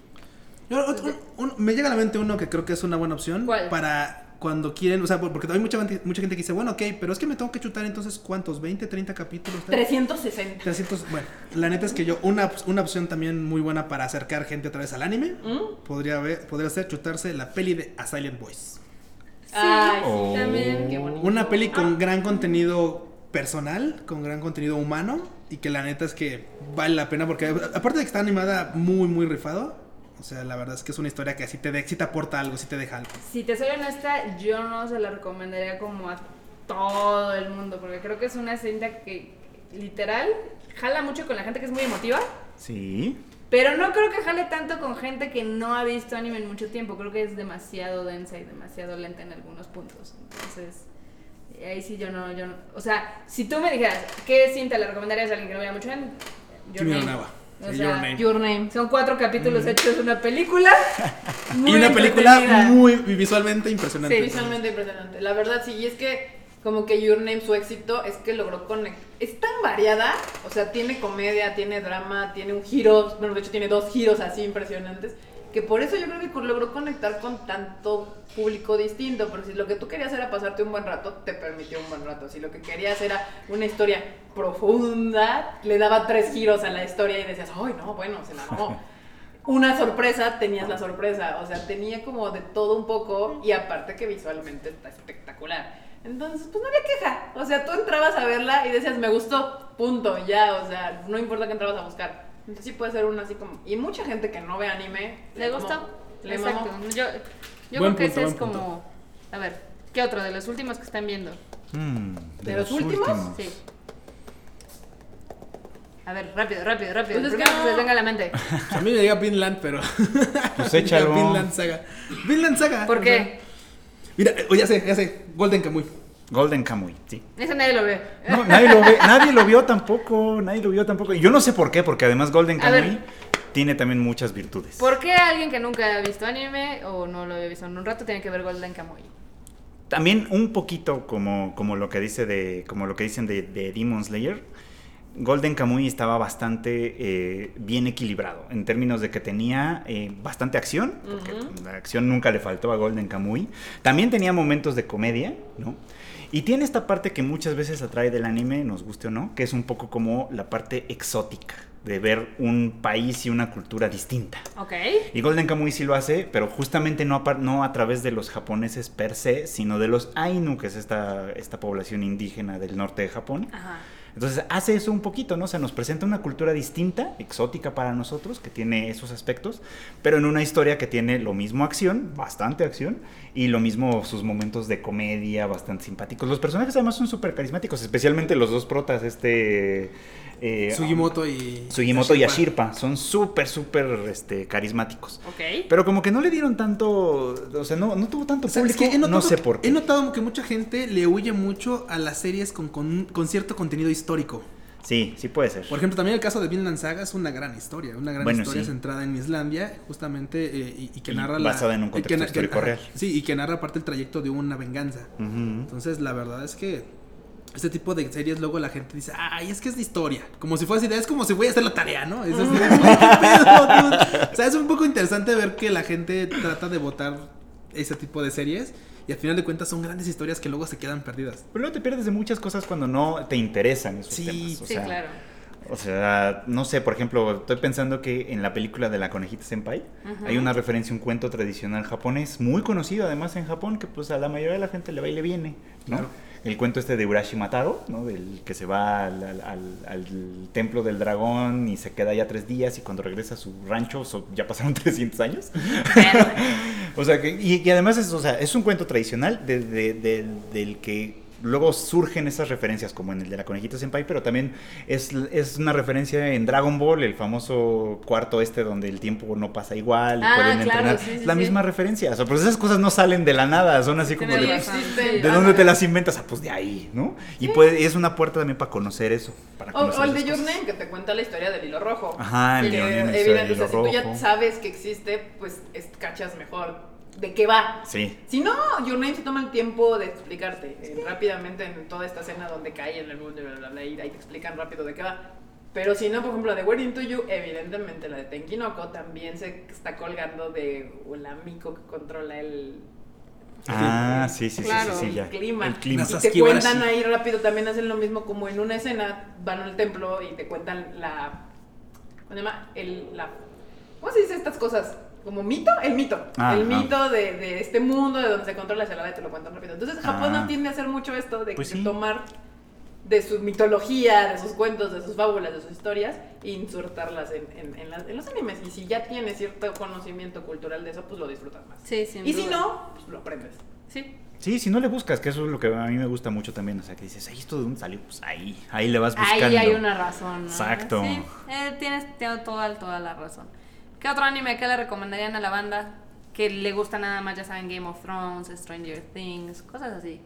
[SPEAKER 2] Yo, ot- un- un- me llega a la mente uno que creo que es una buena opción
[SPEAKER 4] ¿Cuál?
[SPEAKER 2] para cuando quieren, o sea, por- porque hay mucha, gente- mucha gente que dice, bueno, ok, pero es que me tengo que chutar entonces cuántos, 20, 30 capítulos. tal?
[SPEAKER 1] 360.
[SPEAKER 2] 300, bueno, la neta es que yo, una, op- una opción también muy buena para acercar gente otra vez al anime,
[SPEAKER 1] ¿Mm?
[SPEAKER 2] podría, ver, podría ser chutarse la peli de A Silent Voice.
[SPEAKER 1] Ay, sí,
[SPEAKER 3] Oh.
[SPEAKER 1] también, qué bonito.
[SPEAKER 2] Una peli con
[SPEAKER 4] Ah.
[SPEAKER 2] gran contenido personal, con gran contenido humano, y que la neta es que vale la pena porque a- aparte de que está animada muy, muy rifado, o sea, la verdad es que es una historia que si te, de, sí te aporta algo, si te deja algo.
[SPEAKER 4] Si te soy honesta, yo no se la recomendaría como a todo el mundo, porque creo que es una cinta que literal jala mucho con la gente que es muy emotiva,
[SPEAKER 3] Sí.
[SPEAKER 4] pero no creo que jale tanto con gente que no ha visto anime en mucho tiempo. Creo que es demasiado densa y demasiado lenta en algunos puntos. Entonces, eh, ahí sí yo no, yo no- O sea, si tú me dijeras, ¿qué cinta le recomendarías a alguien que no vea mucho anime?
[SPEAKER 2] Kimi no Nawa.
[SPEAKER 4] O
[SPEAKER 2] Sí,
[SPEAKER 4] sea,
[SPEAKER 2] Your Name.
[SPEAKER 1] Ah, Your Name.
[SPEAKER 4] Son cuatro capítulos hechos de
[SPEAKER 2] *laughs*
[SPEAKER 4] una película. muy
[SPEAKER 2] Mm. y una película
[SPEAKER 4] entretenida.
[SPEAKER 2] muy visualmente impresionante.
[SPEAKER 1] Sí, visualmente impresionante. La verdad, sí, y es que como que Your Name, su éxito, es que logró conectar. Es tan variada, o sea, tiene comedia, tiene drama, tiene un giro, bueno, de hecho tiene dos giros así impresionantes, que por eso yo creo que logró conectar con tanto público distinto, porque si lo que tú querías era pasarte un buen rato, te permitió un buen rato. Si lo que querías era una historia profunda, le daba tres giros a la historia y decías, ay, no, bueno, se la mamó una sorpresa, tenías la sorpresa. O sea, tenía como de todo un poco y aparte que visualmente está espectacular. Entonces, pues no había queja. O sea, tú entrabas a verla y decías, me gustó, punto, ya. O sea, no importa que entrabas a buscar. Entonces sí puede ser una así como... Y mucha gente que no ve anime...
[SPEAKER 4] ¿Le
[SPEAKER 1] mamó.
[SPEAKER 4] gustó?
[SPEAKER 1] Le
[SPEAKER 4] Exacto.
[SPEAKER 1] mamó.
[SPEAKER 4] Yo, yo
[SPEAKER 2] Buen
[SPEAKER 4] creo
[SPEAKER 2] punto,
[SPEAKER 4] que ese es
[SPEAKER 2] buen punto.
[SPEAKER 4] como. A ver, ¿qué otro de los últimos que están viendo?
[SPEAKER 3] Mm,
[SPEAKER 1] ¿De los últimos?
[SPEAKER 4] Sí. A ver, rápido, rápido, rápido.
[SPEAKER 1] Pues
[SPEAKER 4] el
[SPEAKER 1] es que
[SPEAKER 4] primero que
[SPEAKER 1] no.
[SPEAKER 4] se les venga a
[SPEAKER 2] *laughs*
[SPEAKER 4] la mente.
[SPEAKER 2] Pues A mí me llega Vinland, pero.
[SPEAKER 3] Pues
[SPEAKER 2] me llega *laughs*
[SPEAKER 3] échalo.
[SPEAKER 2] Vinland Saga. Vinland Saga.
[SPEAKER 4] ¿Por
[SPEAKER 2] o
[SPEAKER 4] qué?
[SPEAKER 2] sea, Mira, eh, oh, ya sé, ya sé. Golden Kamuy.
[SPEAKER 3] Golden Kamuy, sí.
[SPEAKER 4] Ese nadie lo ve.
[SPEAKER 3] No, nadie lo ve, nadie lo vio tampoco, nadie lo vio tampoco. Y Yo no sé por qué, porque además Golden
[SPEAKER 4] A ver.
[SPEAKER 3] Kamuy tiene también muchas virtudes.
[SPEAKER 4] ¿Por qué alguien que nunca ha visto anime o no lo había visto en un rato tiene que ver Golden Kamuy?
[SPEAKER 3] También un poquito como, como lo que dice de. como lo que dicen de, de Demon Slayer. Golden Kamuy estaba bastante eh, bien equilibrado en términos de que tenía eh, bastante acción, porque la acción nunca le faltó a Golden Kamuy. También tenía momentos de comedia, ¿no? Y tiene esta parte que muchas veces atrae del anime, nos guste o no, que es un poco como la parte exótica de ver un país y una cultura distinta.
[SPEAKER 4] Ok.
[SPEAKER 3] Y Golden Kamuy sí lo hace, pero justamente no, apar- no a través de los japoneses per se, sino de los Ainu, que es esta, esta población indígena del norte de Japón.
[SPEAKER 4] Ajá.
[SPEAKER 3] Entonces hace eso un poquito, ¿no? O sea, nos presenta una cultura distinta, exótica para nosotros, que tiene esos aspectos, pero en una historia que tiene lo mismo acción, bastante acción, y lo mismo sus momentos de comedia, bastante simpáticos. Los personajes además son súper carismáticos, especialmente los dos protas, este... eh,
[SPEAKER 2] Sugimoto y.
[SPEAKER 3] Sugimoto y Ashirpa, son súper, súper este, carismáticos.
[SPEAKER 4] Ok.
[SPEAKER 3] Pero como que no le dieron tanto, o sea, no, no tuvo tanto
[SPEAKER 2] O sea, es
[SPEAKER 3] público,
[SPEAKER 2] que he notado-
[SPEAKER 3] no sé por qué.
[SPEAKER 2] He notado que mucha gente le huye mucho a las series con, con- con cierto contenido histórico.
[SPEAKER 3] Sí, sí puede ser.
[SPEAKER 2] Por ejemplo, también el caso de Vinland Saga es una gran historia, una gran
[SPEAKER 3] Bueno,
[SPEAKER 2] historia
[SPEAKER 3] sí.
[SPEAKER 2] centrada en Islandia, justamente, eh, y, y que
[SPEAKER 3] Y
[SPEAKER 2] narra
[SPEAKER 3] basada en un
[SPEAKER 2] y que
[SPEAKER 3] contexto
[SPEAKER 2] na- que-
[SPEAKER 3] histórico
[SPEAKER 2] ajá,
[SPEAKER 3] real.
[SPEAKER 2] Sí, y que narra aparte el trayecto de una venganza.
[SPEAKER 3] Ujú.
[SPEAKER 2] Entonces, la verdad es que este tipo de series luego la gente dice, ay, es que es de historia. Como si fuese idea, es como si voy a hacer la tarea, ¿no? Es así, *laughs* "Ay, qué pedo, dude". O sea, es un poco interesante ver que la gente trata de votar ese tipo de series y al final de cuentas son grandes historias que luego se quedan perdidas.
[SPEAKER 3] Pero luego te pierdes de muchas cosas cuando no te interesan esos
[SPEAKER 2] Sí,
[SPEAKER 3] temas. O
[SPEAKER 4] Sí,
[SPEAKER 3] sea,
[SPEAKER 4] claro.
[SPEAKER 3] O sea, no sé, por ejemplo, estoy pensando que en la película de la conejita senpai
[SPEAKER 4] Ujú.
[SPEAKER 3] hay una referencia a un cuento tradicional japonés, muy conocido además en Japón, que pues a la mayoría de la gente le va y le viene, ¿no?
[SPEAKER 2] Claro.
[SPEAKER 3] El cuento este de Urashi Mataro, ¿no? Del que se va al, al- al- al templo del dragón y se queda ya tres días y cuando regresa a su rancho so- ya pasaron *laughs* 300 años.
[SPEAKER 4] Verde.
[SPEAKER 3] O sea, que, y, y además es, o sea, es un cuento tradicional de- de- de- del que luego surgen esas referencias, como en el de la conejita senpai, pero también es, es una referencia en Dragon Ball, el famoso cuarto este donde el tiempo no pasa igual, y
[SPEAKER 4] Ah,
[SPEAKER 3] pueden
[SPEAKER 4] claro,
[SPEAKER 3] entrenar.
[SPEAKER 4] sí, sí,
[SPEAKER 3] Es la
[SPEAKER 4] sí.
[SPEAKER 3] misma referencia. O sea, pues esas cosas no salen de la nada, son así como
[SPEAKER 4] Tienes
[SPEAKER 3] de.
[SPEAKER 4] razón.
[SPEAKER 1] existen.
[SPEAKER 3] ¿De dónde te las inventas? Ah, pues de ahí, ¿no? Y puede, es una puerta también para conocer eso. Para
[SPEAKER 1] O,
[SPEAKER 3] conocer
[SPEAKER 1] o el de
[SPEAKER 3] esas
[SPEAKER 1] Your
[SPEAKER 3] cosas.
[SPEAKER 1] Name, que te cuenta la historia del hilo rojo.
[SPEAKER 3] Ajá, el
[SPEAKER 1] Que,
[SPEAKER 3] de Your Name, la
[SPEAKER 1] eh,
[SPEAKER 3] historia del
[SPEAKER 1] evidente, o sea,
[SPEAKER 3] hilo
[SPEAKER 1] si tú
[SPEAKER 3] rojo.
[SPEAKER 1] ya sabes que existe, pues es- cachas mejor de qué va.
[SPEAKER 3] Sí.
[SPEAKER 1] Si no, Your Name se toma el tiempo de explicarte eh, rápidamente en toda esta escena donde cae en el mundo, bla, bla, bla, y ahí te explican rápido de qué va. Pero si no, por ejemplo, la de Where Into You, evidentemente la de Tenkinoko también se está colgando de un amigo que controla el,
[SPEAKER 3] Ah, sí, sí, sí,
[SPEAKER 4] Claro,
[SPEAKER 3] sí, sí, ya.
[SPEAKER 1] el clima.
[SPEAKER 3] El clima.
[SPEAKER 2] Las
[SPEAKER 1] y te
[SPEAKER 2] Saskibarashi.
[SPEAKER 1] cuentan ahí rápido, también hacen lo mismo como en una escena, van al templo y te cuentan la... ¿Cómo se llama? El, la, ¿Cómo se dice estas cosas? ¿Como mito? El mito.
[SPEAKER 3] Ah,
[SPEAKER 1] el
[SPEAKER 3] ah.
[SPEAKER 1] mito de, de este mundo, de donde se controla la helada y te lo cuentan rápido. Entonces Japón
[SPEAKER 3] Ah.
[SPEAKER 1] no tiende a hacer mucho esto de,
[SPEAKER 3] Pues
[SPEAKER 1] de
[SPEAKER 3] sí.
[SPEAKER 1] tomar de su mitología, de sus cuentos, de sus fábulas, de sus historias, e insertarlas en, en- en las- en los animes. Y si ya tienes cierto conocimiento cultural de eso, pues lo disfrutas más.
[SPEAKER 4] Sí, sin
[SPEAKER 1] y si
[SPEAKER 4] duda.
[SPEAKER 1] no, pues lo aprendes.
[SPEAKER 4] Sí.
[SPEAKER 3] Sí, si no le buscas, que eso es lo que a mí me gusta mucho también. O sea, que dices, "Ay, ¿esto de dónde salió? Pues ahí, ahí le vas buscando.
[SPEAKER 4] Ahí hay una razón. ¿no?
[SPEAKER 3] Exacto.
[SPEAKER 4] Sí, eh, tienes tengo toda, toda la razón. ¿Qué otro anime que le recomendarían a la banda? Que le gusta nada más, ya saben, Game of Thrones, Stranger Things, cosas así.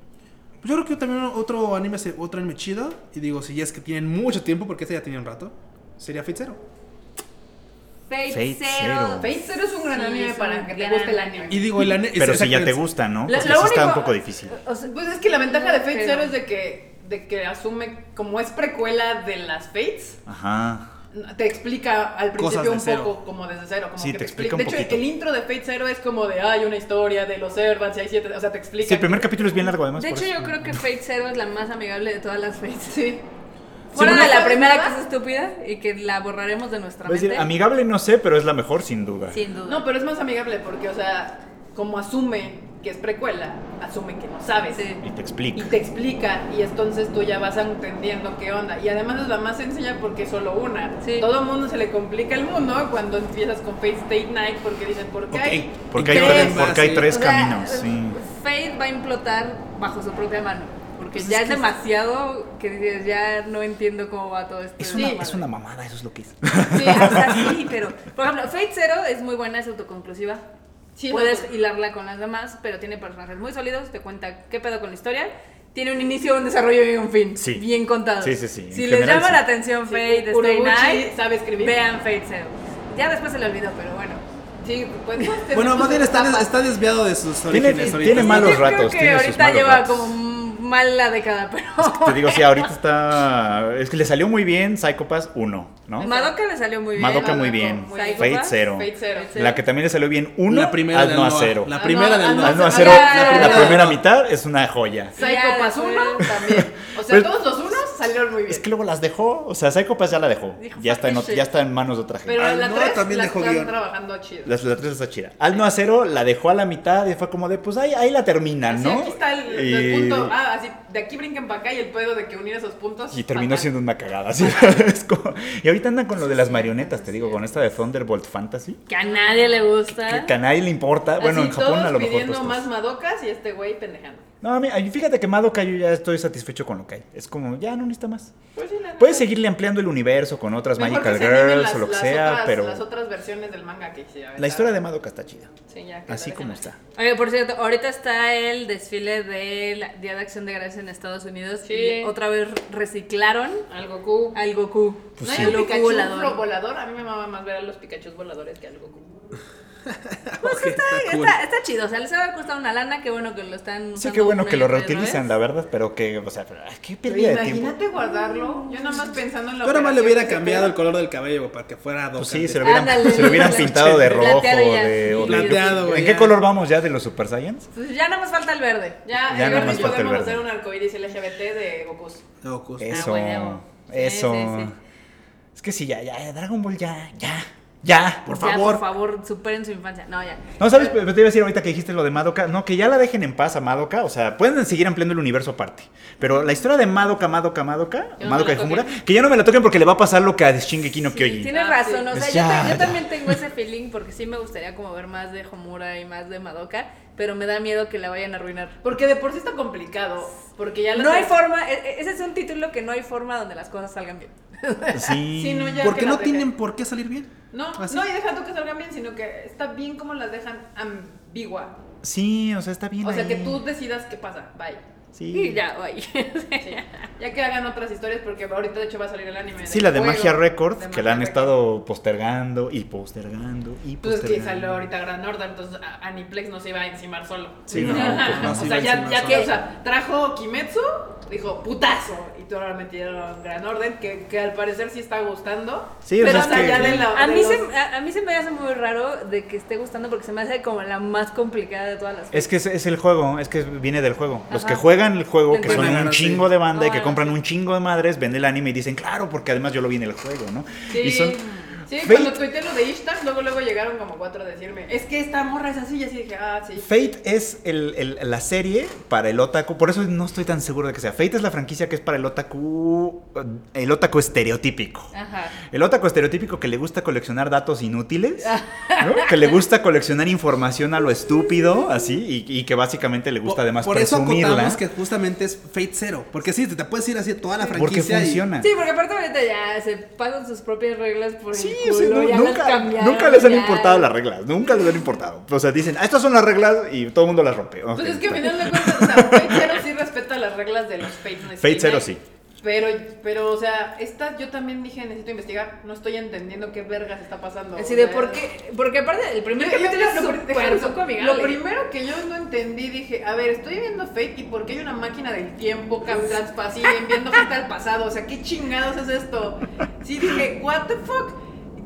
[SPEAKER 2] Yo creo que también otro anime, se- otro anime chido, y digo, si ya es que tienen mucho tiempo, porque este ya tenía un rato, sería Fate Zero.
[SPEAKER 4] Fate,
[SPEAKER 3] Fate
[SPEAKER 4] Zero.
[SPEAKER 3] Zero.
[SPEAKER 1] Fate Zero es un gran
[SPEAKER 4] Sí,
[SPEAKER 1] anime
[SPEAKER 4] es un
[SPEAKER 1] para que te
[SPEAKER 4] gran
[SPEAKER 1] guste el
[SPEAKER 4] anime.
[SPEAKER 1] anime.
[SPEAKER 2] Y digo, el ane-
[SPEAKER 3] Pero
[SPEAKER 2] es-
[SPEAKER 3] si ya
[SPEAKER 2] exacto,
[SPEAKER 3] te
[SPEAKER 2] es-
[SPEAKER 3] gusta, ¿no?
[SPEAKER 1] Lo-
[SPEAKER 3] Porque
[SPEAKER 1] lo
[SPEAKER 3] sí está un
[SPEAKER 1] único-
[SPEAKER 3] poco difícil.
[SPEAKER 4] O sea,
[SPEAKER 1] Pues es que la ventaja de Fate
[SPEAKER 4] Pero-
[SPEAKER 1] Zero es de que, de que asume, como es precuela de las Fates,
[SPEAKER 3] Ajá.
[SPEAKER 1] te explica al principio
[SPEAKER 2] Cosas de
[SPEAKER 1] un
[SPEAKER 2] cero.
[SPEAKER 1] poco como desde cero. Como
[SPEAKER 3] Sí,
[SPEAKER 1] que
[SPEAKER 3] te explica un
[SPEAKER 1] De hecho,
[SPEAKER 3] poquito.
[SPEAKER 1] el intro de Fate Zero es como de, hay una historia de los Servants, y hay siete, o sea, te explica.
[SPEAKER 3] Sí, el primer capítulo es bien largo, además.
[SPEAKER 4] de
[SPEAKER 3] por
[SPEAKER 4] hecho,
[SPEAKER 3] eso.
[SPEAKER 4] yo creo que Fate Zero es la más amigable de todas las Fates.
[SPEAKER 1] Sí.
[SPEAKER 4] Fuera
[SPEAKER 1] Bueno,
[SPEAKER 4] de la
[SPEAKER 1] ¿sabes
[SPEAKER 4] primera
[SPEAKER 1] nada?
[SPEAKER 4] que es estúpida y que la borraremos de nuestra
[SPEAKER 3] Voy a
[SPEAKER 4] mente.
[SPEAKER 3] decir, amigable no sé, pero es la mejor, sin duda.
[SPEAKER 4] Sin duda.
[SPEAKER 1] No, pero es más amigable porque, o sea, como asume que es precuela, asume que no sabes.
[SPEAKER 4] Sí.
[SPEAKER 3] Y
[SPEAKER 1] y
[SPEAKER 3] te explica.
[SPEAKER 1] te explica y entonces tú ya vas entendiendo qué onda y además es la más sencilla porque es solo una
[SPEAKER 4] Sí.
[SPEAKER 1] todo mundo se le complica el mundo cuando empiezas con Face State Night porque dicen por qué
[SPEAKER 2] Ok,
[SPEAKER 1] hay
[SPEAKER 3] Porque hay,
[SPEAKER 1] Tres.
[SPEAKER 3] tres, porque hay tres
[SPEAKER 4] O sea, eh,
[SPEAKER 3] caminos, sí.
[SPEAKER 4] Fate va a implotar bajo su propia mano. Porque
[SPEAKER 2] Pues
[SPEAKER 4] ya
[SPEAKER 2] es
[SPEAKER 4] es,
[SPEAKER 2] que es-
[SPEAKER 4] demasiado que dices, ya no entiendo cómo va todo esto.
[SPEAKER 3] Es
[SPEAKER 4] de
[SPEAKER 3] una,
[SPEAKER 4] la
[SPEAKER 3] es
[SPEAKER 4] madre".
[SPEAKER 3] una mamada, eso es lo que es.
[SPEAKER 4] Sí, o sea, sí, pero. Por ejemplo, Fate Zero es muy buena, es autoconclusiva.
[SPEAKER 1] Sí,
[SPEAKER 4] *laughs* Puedes
[SPEAKER 1] no, pues.
[SPEAKER 4] hilarla con las demás, pero tiene personajes muy sólidos, te cuenta qué pedo con la historia. Tiene un inicio, un desarrollo y un fin.
[SPEAKER 3] Sí.
[SPEAKER 4] Bien contado.
[SPEAKER 3] Sí, sí, sí. En
[SPEAKER 4] Si les
[SPEAKER 3] general,
[SPEAKER 4] llama
[SPEAKER 3] sí.
[SPEAKER 4] la atención
[SPEAKER 1] Sí,
[SPEAKER 4] Fate, Stay
[SPEAKER 1] Urobuchi
[SPEAKER 4] Night,
[SPEAKER 1] sabe escribir.
[SPEAKER 4] vean Fate Zero. Ya después se le olvidó, pero bueno.
[SPEAKER 1] sí,
[SPEAKER 4] *laughs*
[SPEAKER 1] pues, pues,
[SPEAKER 2] Bueno, más bien está,
[SPEAKER 1] etapas.
[SPEAKER 2] está desviado de sus
[SPEAKER 3] Tiene-
[SPEAKER 2] orígenes ahorita.
[SPEAKER 3] tiene malos
[SPEAKER 4] Yo creo
[SPEAKER 3] ratos,
[SPEAKER 4] que
[SPEAKER 3] tiene sus
[SPEAKER 4] ahorita
[SPEAKER 3] malos
[SPEAKER 4] lleva
[SPEAKER 3] ratos.
[SPEAKER 4] como mal la década, pero.
[SPEAKER 3] Te digo, sí, ahorita está. Es que le salió muy bien Psychopath 1, ¿no?
[SPEAKER 4] Madoka le salió muy bien.
[SPEAKER 3] Madoka
[SPEAKER 1] Madoka,
[SPEAKER 3] muy bien.
[SPEAKER 1] muy
[SPEAKER 4] bien.
[SPEAKER 3] Fate
[SPEAKER 4] Psychopath,
[SPEAKER 3] cero.
[SPEAKER 1] Fate Zero.
[SPEAKER 3] La que también le salió bien 1,
[SPEAKER 2] La primera del
[SPEAKER 3] no a
[SPEAKER 2] Noah,
[SPEAKER 3] 0.
[SPEAKER 2] La primera del
[SPEAKER 1] no,
[SPEAKER 2] Noah.
[SPEAKER 3] Al no a
[SPEAKER 1] ah,
[SPEAKER 3] cero,
[SPEAKER 1] ya,
[SPEAKER 3] la
[SPEAKER 1] ya,
[SPEAKER 3] primera
[SPEAKER 2] ya.
[SPEAKER 3] mitad es una joya.
[SPEAKER 1] Psycho Pass
[SPEAKER 4] Ya,
[SPEAKER 1] uno
[SPEAKER 4] después.
[SPEAKER 1] también o sea
[SPEAKER 3] Pues-
[SPEAKER 1] todos los unos salieron muy bien.
[SPEAKER 3] Es que luego las dejó, o sea, Psycho Pass ya la dejó.
[SPEAKER 4] Dijo,
[SPEAKER 3] ya, está en,
[SPEAKER 4] "Fuck
[SPEAKER 3] ot-
[SPEAKER 4] this
[SPEAKER 3] ya
[SPEAKER 4] shit".
[SPEAKER 3] está en manos de otra gente.
[SPEAKER 1] Pero
[SPEAKER 2] Ah,
[SPEAKER 1] la
[SPEAKER 2] no,
[SPEAKER 1] 3
[SPEAKER 2] también
[SPEAKER 1] la
[SPEAKER 2] dejó
[SPEAKER 1] están
[SPEAKER 2] guión.
[SPEAKER 1] trabajando chido.
[SPEAKER 3] Las la 3 está chida. Al no acero la dejó a la mitad y fue como de, pues ahí, ahí la terminan,
[SPEAKER 1] Así,
[SPEAKER 3] ¿no? eh,
[SPEAKER 1] aquí está el, el
[SPEAKER 3] Y-
[SPEAKER 1] punto. Ah, así, de aquí brinquen para acá y el pedo de que unir esos puntos.
[SPEAKER 3] Y terminó
[SPEAKER 1] fatal.
[SPEAKER 3] siendo una cagada. *laughs* ¿sí? Es como- Y ahorita andan con lo de las marionetas, te digo, con esta de Thunderbolt Fantasy.
[SPEAKER 4] Que a nadie le gusta.
[SPEAKER 3] Que, que a nadie le importa.
[SPEAKER 1] Ah. Así,
[SPEAKER 3] Ah, Bueno, en Japón
[SPEAKER 1] todos
[SPEAKER 3] a lo mejor.
[SPEAKER 1] pidiendo
[SPEAKER 3] pues,
[SPEAKER 1] más
[SPEAKER 3] pues.
[SPEAKER 1] madocas y este güey pendejando.
[SPEAKER 3] No, a mí- a mí- fíjate que Madoka yo ya estoy satisfecho con lo que hay. Es como, ya no necesita más.
[SPEAKER 1] Pues sí, la neta.
[SPEAKER 3] Puedes seguirle ampliando el universo con otras
[SPEAKER 1] Mejor
[SPEAKER 3] Magical
[SPEAKER 1] que se animen
[SPEAKER 3] Girls
[SPEAKER 1] las-
[SPEAKER 3] o lo que
[SPEAKER 1] las
[SPEAKER 3] sea,
[SPEAKER 1] otras-
[SPEAKER 3] pero
[SPEAKER 1] Las otras versiones del manga que hicieron.
[SPEAKER 3] la historia de Madoka está chida.
[SPEAKER 1] Sí, ya, que
[SPEAKER 3] Así
[SPEAKER 1] la
[SPEAKER 3] como
[SPEAKER 1] dejen
[SPEAKER 3] está.
[SPEAKER 4] Oye, por cierto, ahorita está el desfile del Día de Acción de Gracias en Estados Unidos.
[SPEAKER 1] Sí.
[SPEAKER 4] Y otra vez reciclaron
[SPEAKER 1] Al Goku.
[SPEAKER 4] al Goku.
[SPEAKER 3] Pues
[SPEAKER 1] no
[SPEAKER 3] sí.
[SPEAKER 1] hay un
[SPEAKER 4] Goku
[SPEAKER 1] Pikachu
[SPEAKER 4] volador.
[SPEAKER 1] volador. volador. A mí me mama más ver a los Pikachu voladores que al Goku.
[SPEAKER 2] Ok, está cool.
[SPEAKER 4] Pues Está, está chido, o sea, les ha costado una lana, qué bueno que lo están
[SPEAKER 3] Sí,
[SPEAKER 4] usando
[SPEAKER 3] qué bueno
[SPEAKER 4] una
[SPEAKER 3] que
[SPEAKER 4] y
[SPEAKER 3] lo
[SPEAKER 4] otra y otra
[SPEAKER 3] reutilizan,
[SPEAKER 4] vez.
[SPEAKER 3] la verdad, pero que, o sea, pero, ay, qué pérdida de tiempo.
[SPEAKER 1] Imagínate guardarlo. Yo nada más pensando en la
[SPEAKER 2] Yo nada más le
[SPEAKER 1] operación
[SPEAKER 2] hubiera
[SPEAKER 1] que se
[SPEAKER 2] cambiado el
[SPEAKER 1] pega.
[SPEAKER 2] color del cabello para que fuera
[SPEAKER 3] Pues
[SPEAKER 2] adocante.
[SPEAKER 3] sí, se lo hubieran,
[SPEAKER 4] Ándale,
[SPEAKER 3] se lo
[SPEAKER 1] *laughs*
[SPEAKER 3] hubieran
[SPEAKER 4] ándale.
[SPEAKER 3] pintado de rojo.
[SPEAKER 4] Plateado ya.
[SPEAKER 3] de, o de-
[SPEAKER 2] Plateado, güey,
[SPEAKER 3] ¿En qué
[SPEAKER 2] ya.
[SPEAKER 3] color vamos ya de los Super Saiyans?
[SPEAKER 1] Ah,
[SPEAKER 4] Pues ya nada más falta el verde.
[SPEAKER 1] Ya,
[SPEAKER 3] Ya
[SPEAKER 1] el
[SPEAKER 3] nada
[SPEAKER 1] verde
[SPEAKER 3] más falta el
[SPEAKER 1] podemos
[SPEAKER 3] verde.
[SPEAKER 1] hacer un arcoíris LGBT de Gokus.
[SPEAKER 2] No, justo.
[SPEAKER 3] Eso.
[SPEAKER 4] huevo. Sí,
[SPEAKER 3] eso.
[SPEAKER 4] sí, sí.
[SPEAKER 3] Es que sí, ya, ya, Dragon Ball, ya, ya, ya.
[SPEAKER 2] Por
[SPEAKER 4] Ya,
[SPEAKER 2] favor.
[SPEAKER 4] por favor, superen su infancia. No, ya.
[SPEAKER 3] No, ¿sabes? Pero Te iba a decir ahorita que dijiste lo de Madoka. No, que ya la dejen en paz a Madoka. O sea, pueden seguir ampliando el universo aparte. Pero la historia de Madoka, Madoka, Madoka,
[SPEAKER 1] Que no
[SPEAKER 3] Madoka
[SPEAKER 1] me
[SPEAKER 3] y
[SPEAKER 1] la
[SPEAKER 3] Homura,
[SPEAKER 1] toquen.
[SPEAKER 3] que ya no me la toquen porque le va a pasar lo que a Shingeki no Kyojin.
[SPEAKER 4] Tienes
[SPEAKER 1] Ah,
[SPEAKER 4] razón,
[SPEAKER 1] sí.
[SPEAKER 4] o sea,
[SPEAKER 3] Pues
[SPEAKER 4] yo,
[SPEAKER 3] ya,
[SPEAKER 4] ta- yo
[SPEAKER 3] ya.
[SPEAKER 4] también tengo ese feeling porque sí me gustaría como ver más de Homura y más de Madoka, pero me da miedo que la vayan a arruinar.
[SPEAKER 1] Porque de por sí está complicado. Porque ya la
[SPEAKER 4] No hay
[SPEAKER 1] ter-
[SPEAKER 4] forma, e- e- ese es un título que no hay forma donde las cosas salgan bien.
[SPEAKER 1] *laughs*
[SPEAKER 3] Sí.
[SPEAKER 1] Sí, no, ya que
[SPEAKER 2] Porque
[SPEAKER 1] la
[SPEAKER 2] no
[SPEAKER 1] dejen.
[SPEAKER 2] tienen por qué salir bien.
[SPEAKER 1] No,
[SPEAKER 3] ¿Ah,
[SPEAKER 2] Así.
[SPEAKER 1] no, y deja tú que salgan bien, sino que está bien como las dejan ambigua.
[SPEAKER 3] Sí, o sea, está bien.
[SPEAKER 1] O sea,
[SPEAKER 3] ahí.
[SPEAKER 1] que tú decidas qué pasa.
[SPEAKER 3] *laughs*
[SPEAKER 1] Bye.
[SPEAKER 4] Y
[SPEAKER 3] Sí.
[SPEAKER 4] ya, bye. *laughs*
[SPEAKER 1] Sí. Ya que hagan otras historias, porque ahorita de hecho va a salir el anime.
[SPEAKER 3] Sí,
[SPEAKER 1] del
[SPEAKER 3] la de
[SPEAKER 1] juego.
[SPEAKER 3] Magia Record,
[SPEAKER 1] De
[SPEAKER 3] que la han
[SPEAKER 1] Magia Record.
[SPEAKER 3] estado postergando y postergando y postergando.
[SPEAKER 1] Pues es que salió ahorita Gran Horda, entonces a- Aniplex no se iba a encimar solo. *laughs*
[SPEAKER 3] Sí, no,
[SPEAKER 2] pues no
[SPEAKER 1] o
[SPEAKER 2] se
[SPEAKER 1] sea,
[SPEAKER 2] iba a
[SPEAKER 1] ya,
[SPEAKER 2] encimar
[SPEAKER 1] ya que,
[SPEAKER 2] solo.
[SPEAKER 1] o sea, trajo Kimetsu, dijo putazo. Y tú ahora metieron Gran Orden, que, que al parecer sí está gustando.
[SPEAKER 3] Sí, o
[SPEAKER 1] pero
[SPEAKER 3] sea, es
[SPEAKER 1] hasta
[SPEAKER 3] que-
[SPEAKER 1] allá
[SPEAKER 3] sí.
[SPEAKER 1] de la.
[SPEAKER 4] A
[SPEAKER 1] de
[SPEAKER 4] mí,
[SPEAKER 1] los-
[SPEAKER 4] se, a, a mí se me hace muy raro de que esté gustando porque se me hace como la más complicada de todas las
[SPEAKER 3] Es que es, es el juego, es que viene del juego. Los
[SPEAKER 4] Ajá.
[SPEAKER 3] que juegan el juego, que
[SPEAKER 4] Entiendo.
[SPEAKER 3] son
[SPEAKER 2] Bueno,
[SPEAKER 3] un
[SPEAKER 2] sí.
[SPEAKER 3] chingo de banda y
[SPEAKER 1] No,
[SPEAKER 3] que
[SPEAKER 1] no,
[SPEAKER 3] compran
[SPEAKER 1] sí.
[SPEAKER 3] un chingo de madres, ven el anime y dicen, claro, porque además yo lo vi en el juego, ¿no?
[SPEAKER 1] Sí,
[SPEAKER 3] Y son,
[SPEAKER 1] sí
[SPEAKER 3] Fate-
[SPEAKER 1] cuando tuiteé lo de Ishtar, luego luego llegaron como cuatro a decirme, es que esta morra es así, y así dije, ah, sí.
[SPEAKER 3] Fate es el- el- la serie para el otaku, por eso no estoy tan seguro de que sea. Fate es la franquicia que es para el otaku, el otaku estereotípico.
[SPEAKER 4] Ajá.
[SPEAKER 3] *laughs* El otaku estereotípico que le gusta coleccionar datos inútiles,
[SPEAKER 4] Ah.
[SPEAKER 3] ¿no? que le gusta coleccionar información a lo estúpido, así, y, y que básicamente le
[SPEAKER 2] Por-
[SPEAKER 3] gusta además
[SPEAKER 2] por eso
[SPEAKER 3] presumirla. ¿eh?
[SPEAKER 2] acotamos que justamente es Fate Zero. Porque sí, te, te puedes ir así a toda la franquicia.
[SPEAKER 3] Porque
[SPEAKER 2] y-
[SPEAKER 3] funciona.
[SPEAKER 4] Sí, porque aparte ahorita ya se pasan sus propias reglas por
[SPEAKER 3] Sí,
[SPEAKER 4] el culo,
[SPEAKER 3] sí, nu-
[SPEAKER 4] ya las
[SPEAKER 3] nunca,
[SPEAKER 4] cambiaron,
[SPEAKER 3] nunca les han
[SPEAKER 4] ya.
[SPEAKER 3] importado las reglas, nunca les han importado. O sea, dicen, ah, estas son las reglas y todo el mundo las rompe. Ok,
[SPEAKER 1] Pues es que al
[SPEAKER 3] está
[SPEAKER 1] final de cuentas,
[SPEAKER 3] *laughs*
[SPEAKER 1] o sea, Fate Zero sí respeta las reglas de los Fate No
[SPEAKER 3] Fate Zero
[SPEAKER 1] Stay
[SPEAKER 3] sí.
[SPEAKER 1] Night, Pero, pero, o sea, esta yo también dije, necesito investigar, no estoy entendiendo qué vergas está pasando.
[SPEAKER 4] Así
[SPEAKER 1] o
[SPEAKER 4] de
[SPEAKER 1] sea,
[SPEAKER 4] por qué, porque aparte el primer
[SPEAKER 1] Yo- yo-
[SPEAKER 4] capítulo es
[SPEAKER 1] yo- lo,
[SPEAKER 4] súper poco
[SPEAKER 1] deja- lo
[SPEAKER 4] amigable.
[SPEAKER 1] primero que yo no entendí, dije, a ver, estoy viendo Fate y por qué hay una máquina del tiempo cam- trans- así, enviando gente al pasado, o sea, ¿qué chingados es esto? Sí, dije, what the fuck?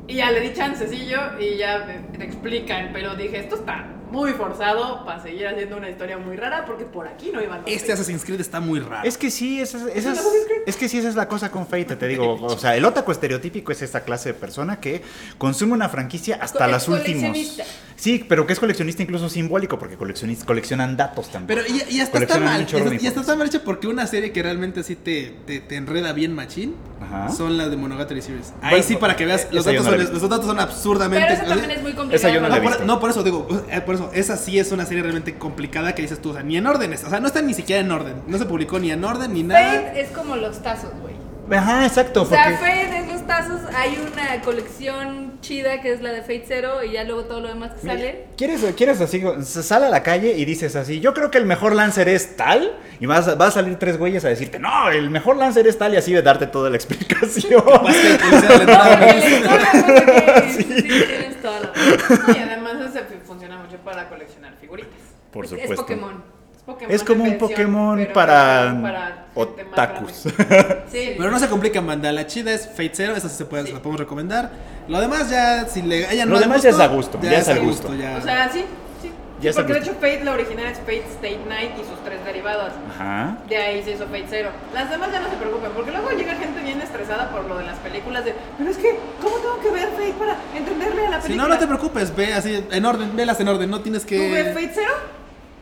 [SPEAKER 1] Y ya le di chancecillo y ya me, te explican, pero dije, esto está muy forzado para seguir haciendo una historia muy rara porque por aquí no iban los
[SPEAKER 2] Este
[SPEAKER 1] Fate.
[SPEAKER 2] Assassin's Creed está muy raro.
[SPEAKER 3] Es que sí, esa, es- esa
[SPEAKER 1] ¿Es
[SPEAKER 3] es,
[SPEAKER 1] un Assassin's Creed?
[SPEAKER 3] es que sí, esa es la cosa con Fate, te digo. O sea, el otaku estereotípico es esta clase de persona que consume una franquicia hasta
[SPEAKER 4] Co-
[SPEAKER 3] las
[SPEAKER 4] es
[SPEAKER 3] últimas.
[SPEAKER 4] coleccionista.
[SPEAKER 3] Sí, pero que es coleccionista incluso simbólico, porque coleccionis- coleccionan datos también.
[SPEAKER 2] Pero y, y hasta está
[SPEAKER 3] Coleccionan un
[SPEAKER 2] mal.
[SPEAKER 3] chorro de
[SPEAKER 2] Y hasta
[SPEAKER 3] informes.
[SPEAKER 2] está mal hecha porque una serie que realmente así te, te, te enreda bien machín
[SPEAKER 3] Ajá.
[SPEAKER 2] son las de Monogatari Series. Ahí
[SPEAKER 3] Bueno, eh,
[SPEAKER 2] sí, para que veas, los
[SPEAKER 3] esa yo
[SPEAKER 2] datos,
[SPEAKER 3] no la
[SPEAKER 2] son,
[SPEAKER 3] he visto.
[SPEAKER 2] los datos son absurdamente.
[SPEAKER 4] Pero eso también es muy complicado.
[SPEAKER 3] Esa yo no la
[SPEAKER 2] No
[SPEAKER 3] he
[SPEAKER 2] por,
[SPEAKER 3] visto.
[SPEAKER 2] no, por eso digo, eh, por eso, esa sí es una serie realmente complicada que dices tú, o sea, ni en orden está, o sea, no está ni siquiera en orden, no se publicó ni en orden ni nada.
[SPEAKER 4] Fate es como los tazos, güey.
[SPEAKER 3] Ajá, exacto.
[SPEAKER 4] O sea,
[SPEAKER 3] porque-
[SPEAKER 4] Fate es los tazos, hay una colección chida que es la de Fate Zero y ya luego todo lo demás
[SPEAKER 3] *laughs*
[SPEAKER 4] que sale.
[SPEAKER 3] ¿Quieres, quieres así, s- sal a la calle y dices así, yo creo que el mejor lancer es tal, y vas, a- va a salir tres güeyes a decirte, no, el mejor lancer es tal, y así de darte toda la *laughs* explicación.
[SPEAKER 2] Más que el policía de la
[SPEAKER 4] No, *laughs*
[SPEAKER 2] entrada.
[SPEAKER 4] porque la historia, porque sí, tienes toda la razón.
[SPEAKER 1] No, y además ese fu- funciona mucho para coleccionar figuritas.
[SPEAKER 3] Por
[SPEAKER 4] Es Pokémon.
[SPEAKER 1] Es, Pokémon
[SPEAKER 3] Es como
[SPEAKER 1] de
[SPEAKER 3] un
[SPEAKER 1] pensión,
[SPEAKER 3] Pokémon
[SPEAKER 1] pero
[SPEAKER 3] para,
[SPEAKER 1] gente más
[SPEAKER 3] otakus.
[SPEAKER 1] grande. Sí.
[SPEAKER 2] Pero no se complica, manda. La chida es Fate Zero, esa sí se puede, la podemos recomendar. Lo demás ya, si le hayan
[SPEAKER 3] Lo
[SPEAKER 2] mal
[SPEAKER 3] demás ya es a gusto, ya es
[SPEAKER 2] a
[SPEAKER 3] al gusto.
[SPEAKER 2] ya.
[SPEAKER 1] O sea, sí, sí.
[SPEAKER 3] Ya
[SPEAKER 1] porque de
[SPEAKER 3] sabes.
[SPEAKER 1] hecho Fate, la original es Fate State Night y sus tres derivados.
[SPEAKER 3] Ajá.
[SPEAKER 1] De ahí se hizo Fate Zero. Las demás ya no se preocupen, porque luego llega gente bien estresada por lo de las películas de, pero es que, ¿cómo tengo que ver Fate para entenderle a la película?
[SPEAKER 2] Si no, no te preocupes, ve así, en orden, velas en orden, no tienes que...
[SPEAKER 1] Tú ves Fate Zero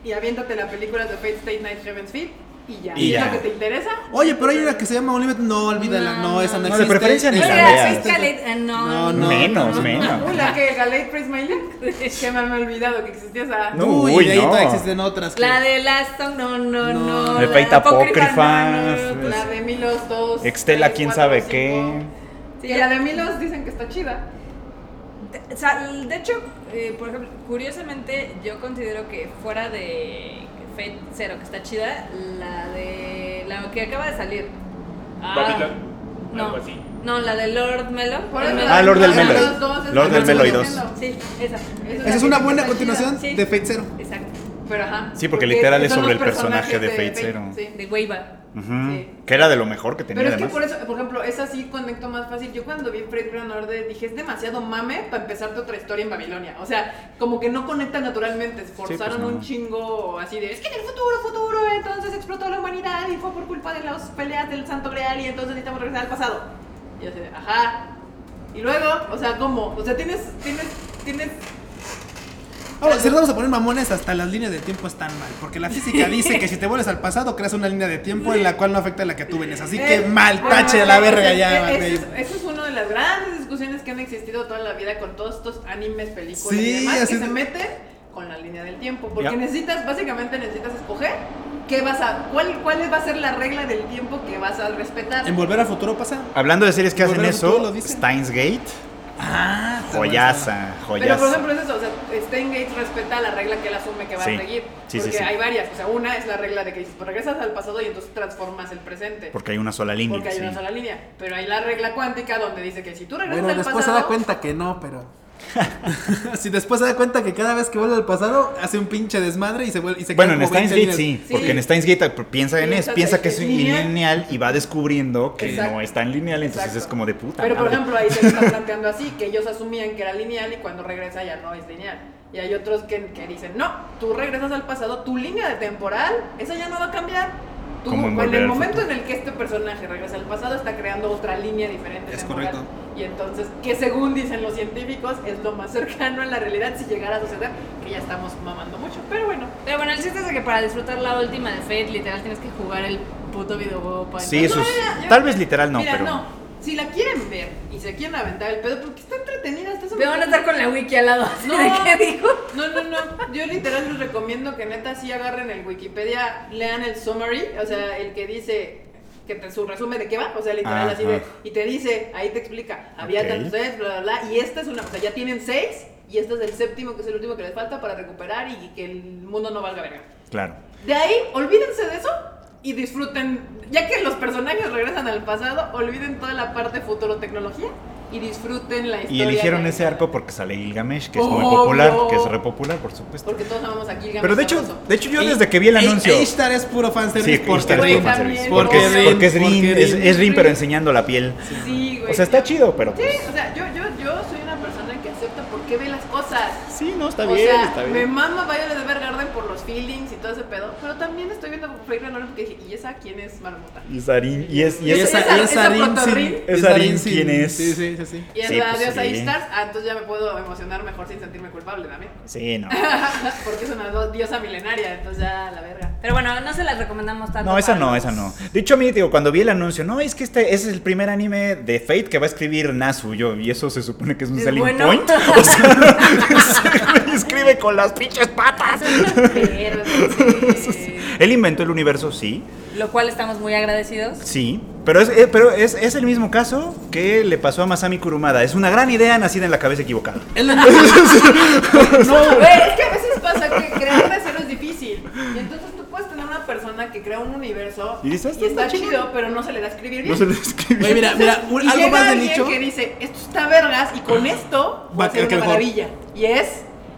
[SPEAKER 1] y aviéntate la película de Fate State Night Heaven's Feet y ya.
[SPEAKER 3] Y
[SPEAKER 1] ¿Es
[SPEAKER 3] ya.
[SPEAKER 1] lo que te interesa?
[SPEAKER 2] Oye, pero hay una que se llama Unlimited, no, olvídala, no,
[SPEAKER 4] No.
[SPEAKER 2] esa no
[SPEAKER 3] No,
[SPEAKER 2] existe.
[SPEAKER 3] de preferencia ni la
[SPEAKER 2] Esa
[SPEAKER 3] veas.
[SPEAKER 4] Oiga,
[SPEAKER 2] existe.
[SPEAKER 4] Fiscalid- eh,
[SPEAKER 2] este No,
[SPEAKER 4] No,
[SPEAKER 2] no.
[SPEAKER 3] menos,
[SPEAKER 2] no,
[SPEAKER 3] menos.
[SPEAKER 1] Uy, la que Galate Praise My *laughs* Luck. Que me había olvidado que existía esa.
[SPEAKER 3] No,
[SPEAKER 2] Uy,
[SPEAKER 3] Uy,
[SPEAKER 2] de ahí
[SPEAKER 3] no.
[SPEAKER 2] todavía existen otras. que-
[SPEAKER 4] La de Last Song, no,
[SPEAKER 2] No.
[SPEAKER 4] no, no.
[SPEAKER 3] De
[SPEAKER 4] la
[SPEAKER 3] Fate Apócrifa,
[SPEAKER 4] no, no,
[SPEAKER 3] pues.
[SPEAKER 1] La de Milos 2.
[SPEAKER 3] Extela,
[SPEAKER 1] tres,
[SPEAKER 3] quién
[SPEAKER 1] cuatro,
[SPEAKER 3] sabe
[SPEAKER 1] cinco.
[SPEAKER 3] qué.
[SPEAKER 1] Sí, la de Milos dicen que está chida.
[SPEAKER 4] Te- o sea, de hecho, eh, por ejemplo, curiosamente yo considero que fuera de Fate Zero, que está chida, la de la que acaba de salir. Ah,
[SPEAKER 5] Babylon.
[SPEAKER 4] no,
[SPEAKER 5] Algo así.
[SPEAKER 4] no, la de Lord Melo.
[SPEAKER 1] Por
[SPEAKER 4] el
[SPEAKER 1] eso
[SPEAKER 4] Melo.
[SPEAKER 1] la
[SPEAKER 3] Ah, Lord del
[SPEAKER 1] de
[SPEAKER 3] Melo.
[SPEAKER 1] Milos 2 es
[SPEAKER 3] Lord
[SPEAKER 1] la
[SPEAKER 2] del
[SPEAKER 1] que
[SPEAKER 2] Melo y
[SPEAKER 1] estoy diciendo.
[SPEAKER 2] dos.
[SPEAKER 4] Sí, esa.
[SPEAKER 2] Esa es una buena
[SPEAKER 1] Está
[SPEAKER 2] continuación
[SPEAKER 4] chida, sí.
[SPEAKER 2] de Fate Zero.
[SPEAKER 4] Exacto.
[SPEAKER 1] Pero ajá.
[SPEAKER 3] Sí, porque literal es
[SPEAKER 1] son
[SPEAKER 3] sobre
[SPEAKER 1] los
[SPEAKER 3] el personaje de
[SPEAKER 1] personajes
[SPEAKER 3] Fate
[SPEAKER 1] Sí.
[SPEAKER 4] De Waiva.
[SPEAKER 3] Ujú.
[SPEAKER 1] Sí.
[SPEAKER 3] Que era de lo mejor que tenía
[SPEAKER 1] Pero es que
[SPEAKER 3] además.
[SPEAKER 1] por eso, por ejemplo, esa sí conecto más fácil. Yo cuando vi Fate Grand Order dije, es demasiado mame para empezarte otra historia en Babilonia. O sea, como que no conecta naturalmente. Esforzaron
[SPEAKER 3] pues, no.
[SPEAKER 1] un chingo así de, es que en el futuro, futuro, entonces explotó la humanidad y fue por culpa de las peleas del Santo Grial y entonces necesitamos regresar al pasado. Y yo así de, ajá. Y luego, o sea, ¿cómo? O sea, tienes, tienes, tienes...
[SPEAKER 2] Ahora, si nos vamos a poner mamones, hasta las líneas de tiempo están mal. Porque
[SPEAKER 1] *laughs*
[SPEAKER 2] la física dice que si te vuelves al pasado, creas una línea de tiempo en la cual no afecta a la que tú vienes. Así que
[SPEAKER 1] Eh,
[SPEAKER 2] mal,
[SPEAKER 1] bueno,
[SPEAKER 2] tache a la
[SPEAKER 1] eh,
[SPEAKER 2] verga
[SPEAKER 1] eh,
[SPEAKER 2] ya,
[SPEAKER 1] eh,
[SPEAKER 2] güey.
[SPEAKER 1] Eso es, eso es una de las grandes discusiones que han existido toda la vida con todos estos animes, películas
[SPEAKER 2] Sí,
[SPEAKER 1] y demás que
[SPEAKER 2] así es.
[SPEAKER 1] se meten con la línea del tiempo. Porque
[SPEAKER 3] Ya.
[SPEAKER 1] necesitas, básicamente necesitas escoger qué vas a, cuál, cuál va a ser la regla del tiempo que vas a respetar.
[SPEAKER 2] En Volver al Futuro pasa.
[SPEAKER 3] Hablando de series que hacen
[SPEAKER 2] Volver al futuro lo
[SPEAKER 3] eso,
[SPEAKER 2] dice.
[SPEAKER 3] Steins Gate,
[SPEAKER 2] Ah, está buena
[SPEAKER 3] joyaza,
[SPEAKER 1] Pero por
[SPEAKER 3] joyaza.
[SPEAKER 1] ejemplo es eso, o sea, Stan Gates respeta la regla que él asume que va
[SPEAKER 3] Sí.
[SPEAKER 1] a seguir.
[SPEAKER 3] Sí, sí,
[SPEAKER 1] porque
[SPEAKER 3] sí.
[SPEAKER 1] hay varias, o sea, una es la regla de que dices, pues, regresas al pasado y entonces transformas el presente.
[SPEAKER 3] Porque hay una sola línea.
[SPEAKER 1] Porque hay
[SPEAKER 3] sí.
[SPEAKER 1] una sola línea. Pero hay la regla cuántica donde dice que si tú
[SPEAKER 2] esa.
[SPEAKER 1] regresas
[SPEAKER 2] Bueno,
[SPEAKER 1] al
[SPEAKER 2] después se
[SPEAKER 1] pasado.
[SPEAKER 2] da cuenta que no, pero. *laughs* si después se da cuenta que cada vez que vuelve al pasado, hace un pinche desmadre y se vuelve. Y se
[SPEAKER 3] Bueno,
[SPEAKER 2] queda
[SPEAKER 3] en
[SPEAKER 2] como 20
[SPEAKER 3] Steins Gate
[SPEAKER 2] líneas.
[SPEAKER 3] sí,
[SPEAKER 1] Sí.
[SPEAKER 3] porque en Steins Gate p- piensa en
[SPEAKER 1] Piensas
[SPEAKER 3] eso, piensa
[SPEAKER 1] que
[SPEAKER 3] que
[SPEAKER 1] es
[SPEAKER 3] es
[SPEAKER 1] lineal.
[SPEAKER 3] lineal y va descubriendo que
[SPEAKER 1] Exacto.
[SPEAKER 3] no es tan lineal, entonces
[SPEAKER 1] Exacto.
[SPEAKER 3] es como de puta.
[SPEAKER 1] Pero por
[SPEAKER 3] madre.
[SPEAKER 1] ejemplo ahí se
[SPEAKER 3] *laughs*
[SPEAKER 1] lo está planteando así, que ellos asumían que era lineal y cuando regresa ya no es lineal. Y hay otros que, que dicen, no, tú regresas al pasado, tu línea de temporal, esa ya no va a cambiar. Tú,
[SPEAKER 3] Como en
[SPEAKER 1] en,
[SPEAKER 3] Volver
[SPEAKER 1] el
[SPEAKER 3] al
[SPEAKER 1] momento
[SPEAKER 3] Futuro.
[SPEAKER 1] en el que este personaje regresa al pasado, está creando otra línea diferente.
[SPEAKER 2] Es
[SPEAKER 1] temporal.
[SPEAKER 2] correcto.
[SPEAKER 1] Y entonces, que según dicen los científicos, es lo más cercano a la realidad si llegara a suceder, que ya estamos mamando mucho. Pero bueno,
[SPEAKER 4] Pero bueno, el chiste es de que para disfrutar la última de Fate, literal tienes que jugar el puto videojuego para
[SPEAKER 3] Sí, eso
[SPEAKER 1] No,
[SPEAKER 3] es.
[SPEAKER 1] mira, pues yo-
[SPEAKER 3] Tal vez literal no,
[SPEAKER 1] mira,
[SPEAKER 3] pero.
[SPEAKER 1] no, si la quieren ver y se quieren aventar el pedo, porque está entretenida, está
[SPEAKER 4] Pero van a estar con la wiki al lado. así ¿De qué dijo?
[SPEAKER 1] No, no, no. Yo literal les recomiendo que neta sí agarren el Wikipedia, lean el summary, o sea, el que dice que te, su resumen de qué va, o sea, literal
[SPEAKER 3] Ah,
[SPEAKER 1] así de
[SPEAKER 3] ah.
[SPEAKER 1] y te dice, ahí te explica, había
[SPEAKER 3] Ok.
[SPEAKER 1] tantos sets, bla, bla, bla, y esta es una, o sea, ya tienen seis y este es el séptimo que es el último que les falta para recuperar y que el mundo no valga verga.
[SPEAKER 3] Claro.
[SPEAKER 1] De ahí, olvídense de eso y disfruten, ya que los personajes regresan al pasado, olviden toda la parte futurotecnología y disfruten la
[SPEAKER 3] Y
[SPEAKER 1] historia.
[SPEAKER 3] eligieron
[SPEAKER 1] de-
[SPEAKER 3] ese arco porque sale Gilgamesh, que es muy
[SPEAKER 1] Obvio.
[SPEAKER 3] popular, que es repopular, por supuesto.
[SPEAKER 1] Porque todos amamos aquí. Gilgamesh
[SPEAKER 3] Pero de hecho,
[SPEAKER 1] sabroso.
[SPEAKER 3] de hecho yo
[SPEAKER 2] Y-
[SPEAKER 3] desde que vi el
[SPEAKER 2] e-
[SPEAKER 3] anuncio.
[SPEAKER 2] Ishtar es puro fanservice
[SPEAKER 3] Sí,
[SPEAKER 2] porque
[SPEAKER 3] Ishtar es
[SPEAKER 1] Güey,
[SPEAKER 3] un
[SPEAKER 2] Rin.
[SPEAKER 3] fanservice,
[SPEAKER 1] también,
[SPEAKER 3] Porque es
[SPEAKER 2] porque
[SPEAKER 3] Rin, porque es
[SPEAKER 2] Rin,
[SPEAKER 3] Rin, es- es Rin,
[SPEAKER 1] Rin.
[SPEAKER 3] pero enseñando la piel.
[SPEAKER 1] Sí, güey.
[SPEAKER 3] O sea, está chido, pero.
[SPEAKER 1] Sí,
[SPEAKER 3] pues,
[SPEAKER 1] o sea, yo, yo, yo soy una persona que acepta por qué ve las cosas.
[SPEAKER 3] Sí, no, está
[SPEAKER 1] o
[SPEAKER 3] bien,
[SPEAKER 1] sea,
[SPEAKER 3] está
[SPEAKER 1] me
[SPEAKER 3] bien.
[SPEAKER 1] mama Violet Evergarden por los feelings y todo ese pedo, pero también estoy viendo Fake Renor porque dije, ¿y esa quién es Marmota?
[SPEAKER 3] Y Sarin, y es, y es-
[SPEAKER 1] esa-
[SPEAKER 2] y
[SPEAKER 1] esa
[SPEAKER 2] Rin
[SPEAKER 1] proto
[SPEAKER 2] sin-
[SPEAKER 1] Rin.
[SPEAKER 2] y
[SPEAKER 3] Esa
[SPEAKER 2] Rin
[SPEAKER 3] Rin,
[SPEAKER 2] sin-
[SPEAKER 3] ¿quién es?
[SPEAKER 2] Sí, sí, sí, sí.
[SPEAKER 1] Y es
[SPEAKER 3] Sí,
[SPEAKER 1] la
[SPEAKER 3] pues,
[SPEAKER 1] diosa
[SPEAKER 3] sí.
[SPEAKER 1] Ishtar, ah, entonces ya me puedo emocionar mejor sin sentirme culpable también. *laughs*
[SPEAKER 3] Sí, no.
[SPEAKER 1] Porque es una do- diosa milenaria, entonces ya la verga.
[SPEAKER 4] Pero bueno, no se las recomendamos tanto.
[SPEAKER 3] No, esa
[SPEAKER 4] para
[SPEAKER 3] no,
[SPEAKER 4] los-
[SPEAKER 3] esa no. De hecho, a mí, digo, cuando vi el anuncio, no, es que este, ese es el primer anime de Fate que va a escribir Nasu. Yo, y eso se supone que es un
[SPEAKER 4] ¿Es
[SPEAKER 3] selling
[SPEAKER 4] bueno? *laughs*
[SPEAKER 3] point. *laughs* O sea, ese güey escribe con las pinches patas.
[SPEAKER 4] *laughs* Pero, sí.
[SPEAKER 3] Él inventó el universo, sí,
[SPEAKER 4] Lo cual estamos muy
[SPEAKER 3] *laughs*
[SPEAKER 4] agradecidos.
[SPEAKER 3] sí. Pero, es, eh, pero es, es el mismo caso que le pasó a Masami Kurumada. Es una gran idea nacida en la cabeza equivocada.
[SPEAKER 2] Es la misma-
[SPEAKER 1] *laughs* No, güey, es que a veces pasa que crear de cero es difícil. Y entonces tú puedes tener una persona que crea un universo
[SPEAKER 3] Y dices, "Esto
[SPEAKER 1] está
[SPEAKER 3] está chingón".
[SPEAKER 1] chido, pero no se le da a escribir bien.
[SPEAKER 3] No se lo escribió.
[SPEAKER 2] Güey, mira, mira, un-
[SPEAKER 1] y
[SPEAKER 2] algo
[SPEAKER 1] llega
[SPEAKER 2] más de
[SPEAKER 1] alguien
[SPEAKER 2] nicho.
[SPEAKER 1] que dice, esto está vergas y con esto
[SPEAKER 2] Va
[SPEAKER 1] va
[SPEAKER 2] a
[SPEAKER 1] a ser
[SPEAKER 2] creer que
[SPEAKER 1] una
[SPEAKER 2] mejor.
[SPEAKER 1] maravilla. Y es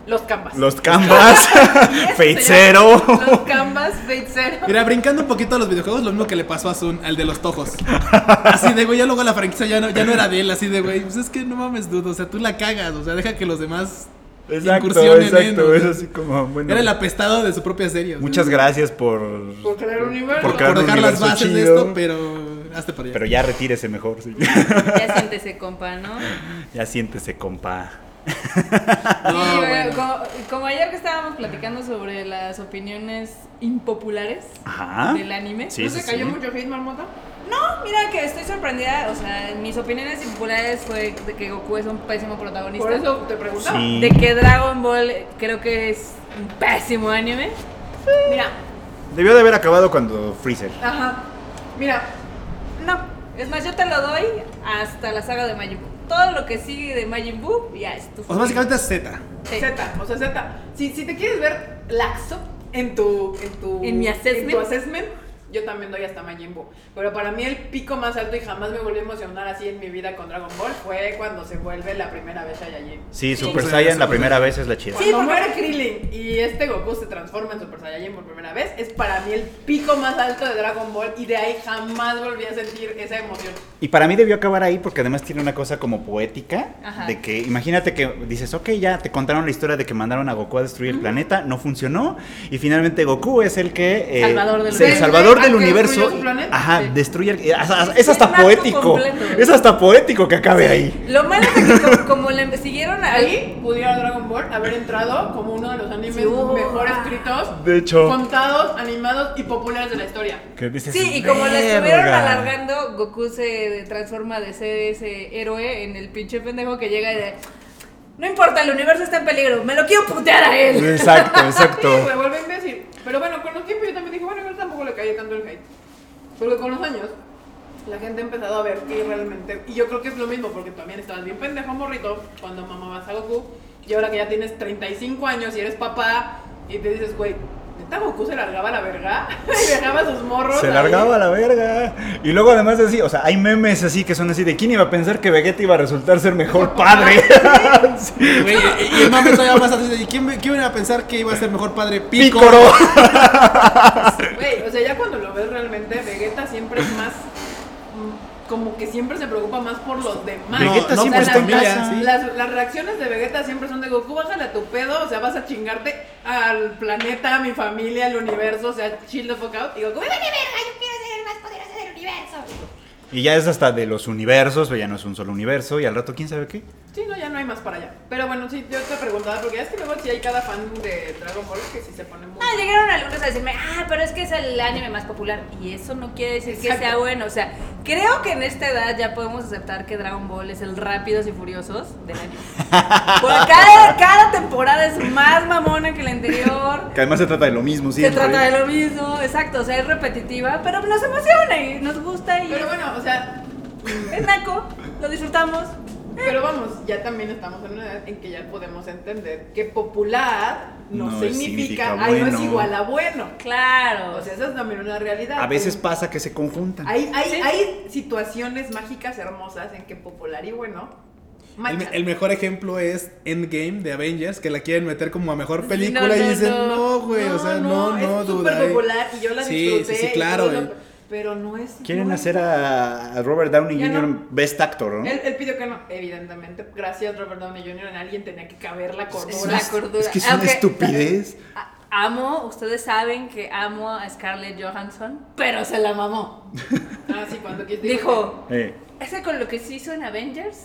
[SPEAKER 1] los canvas. *laughs*
[SPEAKER 3] Los canvas,
[SPEAKER 1] Y eso
[SPEAKER 3] Fate
[SPEAKER 1] se llama
[SPEAKER 3] Zero.
[SPEAKER 1] Los canvas, Fate Zero.
[SPEAKER 2] Mira, brincando un poquito a los videojuegos, lo mismo que le pasó a Zun, al de los tojos. Así de, güey, ya luego la franquicia ya no, ya no era de él, así de, güey, pues es que no mames, dudo, o sea, tú la cagas, o sea, deja que los demás
[SPEAKER 3] Exacto,
[SPEAKER 2] incursión en
[SPEAKER 3] exacto.
[SPEAKER 2] Eno.
[SPEAKER 3] Es así como, bueno.
[SPEAKER 2] Era el apestado de su propia serie. o sea,
[SPEAKER 3] Muchas gracias por.
[SPEAKER 1] Por crear un universo.
[SPEAKER 3] Por
[SPEAKER 2] Por,
[SPEAKER 3] crear un
[SPEAKER 2] dejar las
[SPEAKER 3] universo
[SPEAKER 2] bases de
[SPEAKER 3] chido.
[SPEAKER 2] esto, pero hazte para allá.
[SPEAKER 3] Pero ya retírese mejor, sí.
[SPEAKER 4] Ya siéntese, compa, ¿no?
[SPEAKER 3] Ya siéntese, compa.
[SPEAKER 2] No,
[SPEAKER 4] Sí,
[SPEAKER 2] bueno.
[SPEAKER 4] como, como ayer que estábamos platicando sobre las opiniones impopulares
[SPEAKER 3] Ajá.
[SPEAKER 4] del anime.
[SPEAKER 3] Ah, Sí,
[SPEAKER 1] ¿No
[SPEAKER 3] sí,
[SPEAKER 1] se cayó
[SPEAKER 3] sí.
[SPEAKER 1] mucho hate, Marmota?
[SPEAKER 4] No, mira que estoy sorprendida. O sea, mis opiniones impopulares fue de que Goku es un pésimo protagonista.
[SPEAKER 1] Por eso te preguntaba.
[SPEAKER 3] Sí.
[SPEAKER 4] De que Dragon Ball creo que es un pésimo anime.
[SPEAKER 1] Mira,
[SPEAKER 3] Debió de haber acabado cuando Freezer.
[SPEAKER 1] ajá. Mira,
[SPEAKER 4] No, es más, yo te lo doy hasta la saga de Majin Buu. Todo lo que sigue de Majin Buu ya es tu
[SPEAKER 2] O sea, básicamente es Z.
[SPEAKER 4] Sí.
[SPEAKER 1] Z, o sea, Z. Si, si te quieres ver laxo en tu. En, tu,
[SPEAKER 4] En mi assessment.
[SPEAKER 1] en tu assessment, yo también doy hasta Majin Buu. Pero para mí, el pico más alto y jamás me volví a emocionar así en mi vida con Dragon Ball fue cuando se vuelve la primera vez Saiyajin.
[SPEAKER 3] Sí,
[SPEAKER 4] Sí.
[SPEAKER 3] Super
[SPEAKER 2] Sí,
[SPEAKER 3] Saiyan
[SPEAKER 2] sí,
[SPEAKER 3] la
[SPEAKER 2] sí.
[SPEAKER 3] primera vez es la chida.
[SPEAKER 1] Cuando muere Krillin y este Goku se transforma en Super Saiyajin por primera vez, es para mí el pico más alto de Dragon Ball y de ahí jamás volví a sentir esa emoción.
[SPEAKER 3] Y para mí debió acabar ahí porque además tiene una cosa como poética
[SPEAKER 4] Ajá.
[SPEAKER 3] de que imagínate que dices, ok, ya te contaron la historia de que mandaron a Goku a destruir el planeta, no funcionó y finalmente Goku es el que...
[SPEAKER 4] Salvador del
[SPEAKER 3] es el
[SPEAKER 1] universo.
[SPEAKER 3] salvador
[SPEAKER 1] Al
[SPEAKER 3] del
[SPEAKER 1] que
[SPEAKER 3] universo.
[SPEAKER 1] destruyó su planeta.
[SPEAKER 3] Ajá,
[SPEAKER 4] Sí.
[SPEAKER 3] destruye... el- es- es- Es
[SPEAKER 4] Es
[SPEAKER 3] hasta
[SPEAKER 4] un acto
[SPEAKER 3] poético.
[SPEAKER 4] completo.
[SPEAKER 3] Es hasta poético que acabe ahí.
[SPEAKER 4] Lo malo es que como, como le siguieron ahí,
[SPEAKER 1] Ahí pudiera Dragon Ball haber entrado como uno de los animes
[SPEAKER 4] Sí, hubo.
[SPEAKER 1] mejor escritos,
[SPEAKER 3] De hecho.
[SPEAKER 1] contados, animados y populares de la historia.
[SPEAKER 3] Que dices,
[SPEAKER 4] Sí, y como le estuvieron
[SPEAKER 3] "Verga".
[SPEAKER 4] alargando, Goku se transforma de ser ese héroe en el pinche pendejo que llega y de. No importa, el universo está en peligro, me lo quiero putear a él.
[SPEAKER 3] Exacto,
[SPEAKER 4] *laughs*
[SPEAKER 1] Sí,
[SPEAKER 3] exacto.
[SPEAKER 1] me vuelve imbécil. Pero bueno, con los tiempos yo también dije, bueno, yo tampoco le caía tanto el hate. Porque con los años, la gente ha empezado a ver que realmente. Y yo creo que es lo mismo, porque también estabas bien pendejo, morrito, cuando mamabas a Goku. Y ahora que ya tienes 35 años y eres papá, y te dices, güey, ¿neta Goku se largaba a la verga? *laughs* y dejaba sus morros.
[SPEAKER 3] Se
[SPEAKER 1] ahí.
[SPEAKER 3] largaba a la verga. Y luego además así, o sea, hay memes así que son así de quién iba a pensar que Vegeta iba a resultar ser mejor
[SPEAKER 4] *laughs*
[SPEAKER 3] padre. Sí.
[SPEAKER 2] Güey, y el mame todavía más atrás. ¿Y quién, quién iba a pensar que iba a ser mejor padre?
[SPEAKER 3] Pícoro.
[SPEAKER 1] Güey, o sea, ya cuando lo ves realmente, Vegeta siempre es más. mm, Como que siempre se preocupa más por los demás.
[SPEAKER 2] No,
[SPEAKER 3] Vegeta
[SPEAKER 2] no,
[SPEAKER 3] siempre
[SPEAKER 1] las,
[SPEAKER 2] pues
[SPEAKER 3] está en
[SPEAKER 2] también,
[SPEAKER 3] casa.
[SPEAKER 2] sí.
[SPEAKER 1] las- las reacciones de Vegeta siempre son de Goku, bájale a tu pedo, o sea, vas a chingarte al planeta, a mi familia, al universo, o sea, chill the fuck out. Y Goku, "Vete".
[SPEAKER 3] Y ya es hasta de los universos, pero ya no es un solo universo. Y al rato, quién sabe qué.
[SPEAKER 1] sí, no, ya no hay más para allá. Pero bueno, sí, yo te preguntaba, porque ya es que luego sí hay cada fan de Dragon Ball que sí se pone muy...
[SPEAKER 4] No, llegaron algunos a decirme, ah, pero es que es el anime más popular. Y eso no quiere decir que
[SPEAKER 1] Exacto.
[SPEAKER 4] sea bueno. O sea, creo que en esta edad ya podemos aceptar que Dragon Ball es el Rápidos y Furiosos del anime. Porque cada, cada temporada es más mamona que la anterior.
[SPEAKER 3] Que además se trata de lo mismo, sí.
[SPEAKER 4] Se trata de lo mismo, exacto, o sea, es repetitiva, pero nos emociona y nos gusta y
[SPEAKER 1] Pero bueno, o sea,
[SPEAKER 4] es naco, lo disfrutamos.
[SPEAKER 1] Pero vamos, ya también estamos en una edad en que ya podemos entender que popular no,
[SPEAKER 3] No
[SPEAKER 1] significa,
[SPEAKER 3] significa
[SPEAKER 1] ahí no
[SPEAKER 3] bueno.
[SPEAKER 1] es igual a bueno.
[SPEAKER 4] Claro.
[SPEAKER 1] O sea, esa es también una realidad.
[SPEAKER 3] A veces
[SPEAKER 1] pasa.
[SPEAKER 3] pasa que se conjuntan.
[SPEAKER 1] Hay, hay,
[SPEAKER 4] Sí.
[SPEAKER 1] hay situaciones mágicas hermosas en que popular y bueno
[SPEAKER 2] El,
[SPEAKER 1] machan.
[SPEAKER 2] el mejor ejemplo es Endgame de Avengers, que la quieren meter como a mejor película
[SPEAKER 4] no,
[SPEAKER 2] y
[SPEAKER 4] no,
[SPEAKER 2] dicen,
[SPEAKER 4] no.
[SPEAKER 2] no, güey, o sea, no, no,
[SPEAKER 1] es
[SPEAKER 2] duda.
[SPEAKER 1] súper
[SPEAKER 2] eh".
[SPEAKER 1] popular y yo la
[SPEAKER 2] Sí,
[SPEAKER 1] disfruté.
[SPEAKER 2] sí, sí,
[SPEAKER 1] y
[SPEAKER 2] claro,
[SPEAKER 1] todo
[SPEAKER 2] eh.
[SPEAKER 1] lo- pero no es.
[SPEAKER 3] Quieren
[SPEAKER 1] no es-
[SPEAKER 3] hacer a a Robert Downey
[SPEAKER 1] Ya
[SPEAKER 3] Jr.
[SPEAKER 1] no.
[SPEAKER 3] best actor, ¿no?
[SPEAKER 1] Él, él pidió que no, evidentemente. Gracias, Robert Downey Jr. En alguien tenía que caber la
[SPEAKER 4] Es
[SPEAKER 1] cordura.
[SPEAKER 4] una cordura.
[SPEAKER 3] Es que es una
[SPEAKER 4] Aunque-
[SPEAKER 3] estupidez.
[SPEAKER 4] A- Amo, ustedes saben que amo a Scarlett Johansson, pero se la mamó.
[SPEAKER 1] Ah, sí, cuando quis-
[SPEAKER 4] Dijo,
[SPEAKER 3] Eh,
[SPEAKER 4] es que con lo que se hizo en Avengers,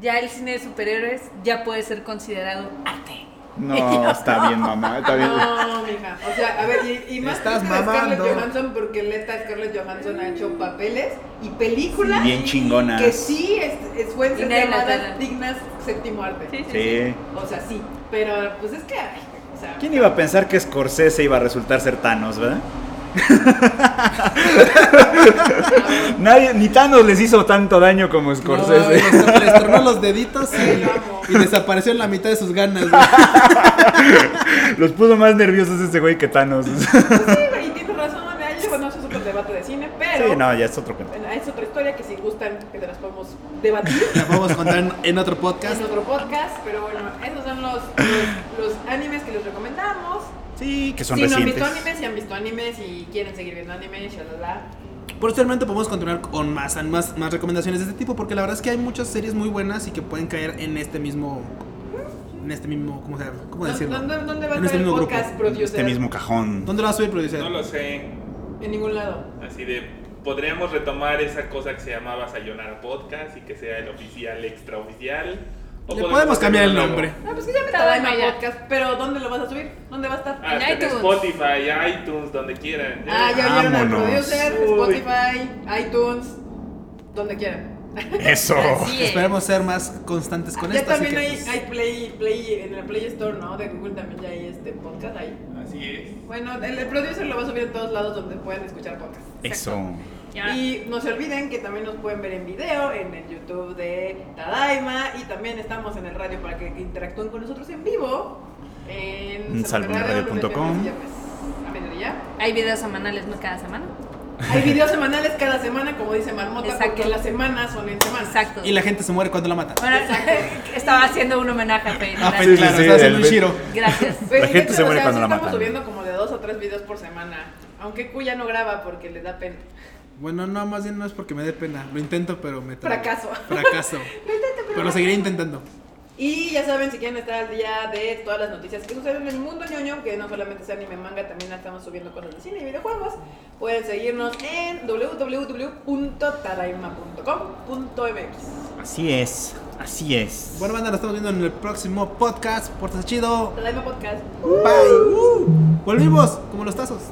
[SPEAKER 4] ya el cine de superhéroes ya puede ser considerado arte.
[SPEAKER 3] No, está bien, mamá. Está bien.
[SPEAKER 1] No, mija. O sea, a ver, y, y más
[SPEAKER 2] Estás
[SPEAKER 1] triste de Scarlett
[SPEAKER 2] mamando.
[SPEAKER 1] Johansson porque neta Scarlett Johansson ha hecho papeles y películas
[SPEAKER 3] Bien chingonas.
[SPEAKER 1] que sí es, es pueden ser
[SPEAKER 4] Y nadie las
[SPEAKER 1] llamadas
[SPEAKER 4] gana.
[SPEAKER 1] dignas séptimo arte.
[SPEAKER 3] Sí.
[SPEAKER 1] O sea, sí. Pero pues es que, ay, o sea,
[SPEAKER 3] ¿Quién iba a pensar que Scorsese iba a resultar ser Thanos, verdad? Nadie, ni Thanos les hizo tanto daño como
[SPEAKER 2] No,
[SPEAKER 5] ¿eh?
[SPEAKER 3] Scorsese.
[SPEAKER 2] les- les tornó los deditos
[SPEAKER 1] Ay, lo amo.
[SPEAKER 2] y, y desapareció en la mitad de sus ganas. güey.
[SPEAKER 3] Los puso más nerviosos ese güey que Thanos. sí,
[SPEAKER 1] pues, sí, güey, y tienes razón. ahí luego no se supo el debate de cine, pero
[SPEAKER 3] no, ya es otro cuento.
[SPEAKER 1] bueno, es otra historia que si gustan que te las podemos debatir.
[SPEAKER 2] La vamos a contar en, en otro
[SPEAKER 1] En
[SPEAKER 2] podcast.
[SPEAKER 1] otro podcast, pero bueno, esos son los, los, los animes que les recomendamos.
[SPEAKER 3] Sí, que son
[SPEAKER 1] si
[SPEAKER 3] recientes.
[SPEAKER 1] no han visto animes, si han visto animes y quieren seguir viendo animes, shalala.
[SPEAKER 2] Posteriormente podemos continuar con más, más, más recomendaciones de este tipo, porque la verdad es que hay muchas series muy buenas y que pueden caer en este mismo en este mismo, ¿cómo, se, cómo
[SPEAKER 1] ¿Dó-
[SPEAKER 2] decirlo?
[SPEAKER 1] ¿Dónde, dónde va a
[SPEAKER 2] En
[SPEAKER 1] estar
[SPEAKER 2] este
[SPEAKER 1] el
[SPEAKER 2] mismo
[SPEAKER 1] podcast,
[SPEAKER 2] grupo.
[SPEAKER 1] producer?
[SPEAKER 3] Este mismo cajón.
[SPEAKER 2] ¿Dónde lo vas a subir, producer?
[SPEAKER 5] No lo sé.
[SPEAKER 1] En ningún lado.
[SPEAKER 5] Así de. Podríamos retomar esa cosa que se llamaba Sayonara Podcast y que sea el oficial extraoficial. o
[SPEAKER 2] Le podemos
[SPEAKER 5] hacer
[SPEAKER 2] cambiar el
[SPEAKER 5] uno nuevo.
[SPEAKER 2] nombre.
[SPEAKER 1] Ah, pues que ya me
[SPEAKER 4] Está
[SPEAKER 1] estaba en
[SPEAKER 4] bueno
[SPEAKER 1] el
[SPEAKER 4] ya.
[SPEAKER 1] podcast. Pero ¿dónde lo vas a subir? ¿Dónde va a estar?
[SPEAKER 5] Hasta
[SPEAKER 4] En
[SPEAKER 5] en
[SPEAKER 4] iTunes.
[SPEAKER 5] Spotify, iTunes, donde quieran.
[SPEAKER 1] Ah, ya vieron al
[SPEAKER 3] Vámonos.
[SPEAKER 1] producer,
[SPEAKER 5] Uy.
[SPEAKER 1] Spotify, iTunes, donde quieran.
[SPEAKER 3] Eso.
[SPEAKER 4] *laughs* Así es.
[SPEAKER 2] Esperemos ser más constantes con
[SPEAKER 1] ya
[SPEAKER 2] esto. así
[SPEAKER 1] también
[SPEAKER 2] que,
[SPEAKER 1] hay,
[SPEAKER 2] pues,
[SPEAKER 1] hay Play, Play, en la Play Store, ¿no? De Google también ya hay este podcast ahí.
[SPEAKER 5] Así es.
[SPEAKER 1] Bueno, el, el producer lo va a subir en todos lados donde puedan escuchar podcast.
[SPEAKER 3] Eso.
[SPEAKER 4] Y ahora-
[SPEAKER 1] Y no se olviden que también nos pueden ver en video en el YouTube de Tadaima y también estamos en el radio para que interactúen con nosotros en vivo en
[SPEAKER 3] En salvadoradio.com.
[SPEAKER 1] A mediodía.
[SPEAKER 4] Hay videos semanales, no cada semana.
[SPEAKER 1] pues, Hay videos semanales cada semana, como dice Marmota,
[SPEAKER 4] Exacto.
[SPEAKER 1] porque las semanas son en semanas.
[SPEAKER 4] Exacto.
[SPEAKER 2] Y la gente se muere cuando la mata.
[SPEAKER 4] Bueno, *laughs* estaba haciendo un homenaje a Fade.
[SPEAKER 2] Ah,
[SPEAKER 4] gracias.
[SPEAKER 2] pues claro,
[SPEAKER 3] sí,
[SPEAKER 2] está haciendo
[SPEAKER 3] el
[SPEAKER 2] un
[SPEAKER 3] ve-
[SPEAKER 2] giro.
[SPEAKER 4] Gracias.
[SPEAKER 1] Pues, de
[SPEAKER 3] La gente
[SPEAKER 1] hecho,
[SPEAKER 3] se muere
[SPEAKER 1] o sea, sí
[SPEAKER 3] cuando la
[SPEAKER 1] Estamos
[SPEAKER 3] matan.
[SPEAKER 1] subiendo como de dos o tres videos por semana. Aunque Cuya no graba porque le da pena.
[SPEAKER 2] Bueno, no, más bien no es porque me dé pena. Lo intento, pero me trabo.
[SPEAKER 1] Fracaso.
[SPEAKER 2] Fracaso. pero lo seguiré intentando.
[SPEAKER 1] Y ya saben, si quieren estar al día de todas las noticias que suceden en el mundo ñoño, que no solamente es anime manga, también estamos subiendo cosas de cine y videojuegos, pueden seguirnos en www.tadaima.com.mx.
[SPEAKER 3] Así es. Así es.
[SPEAKER 2] Bueno, banda, nos estamos viendo en el próximo podcast. Portas chido.
[SPEAKER 1] Tadaima Podcast.
[SPEAKER 2] Bye. Volvimos como los tazos.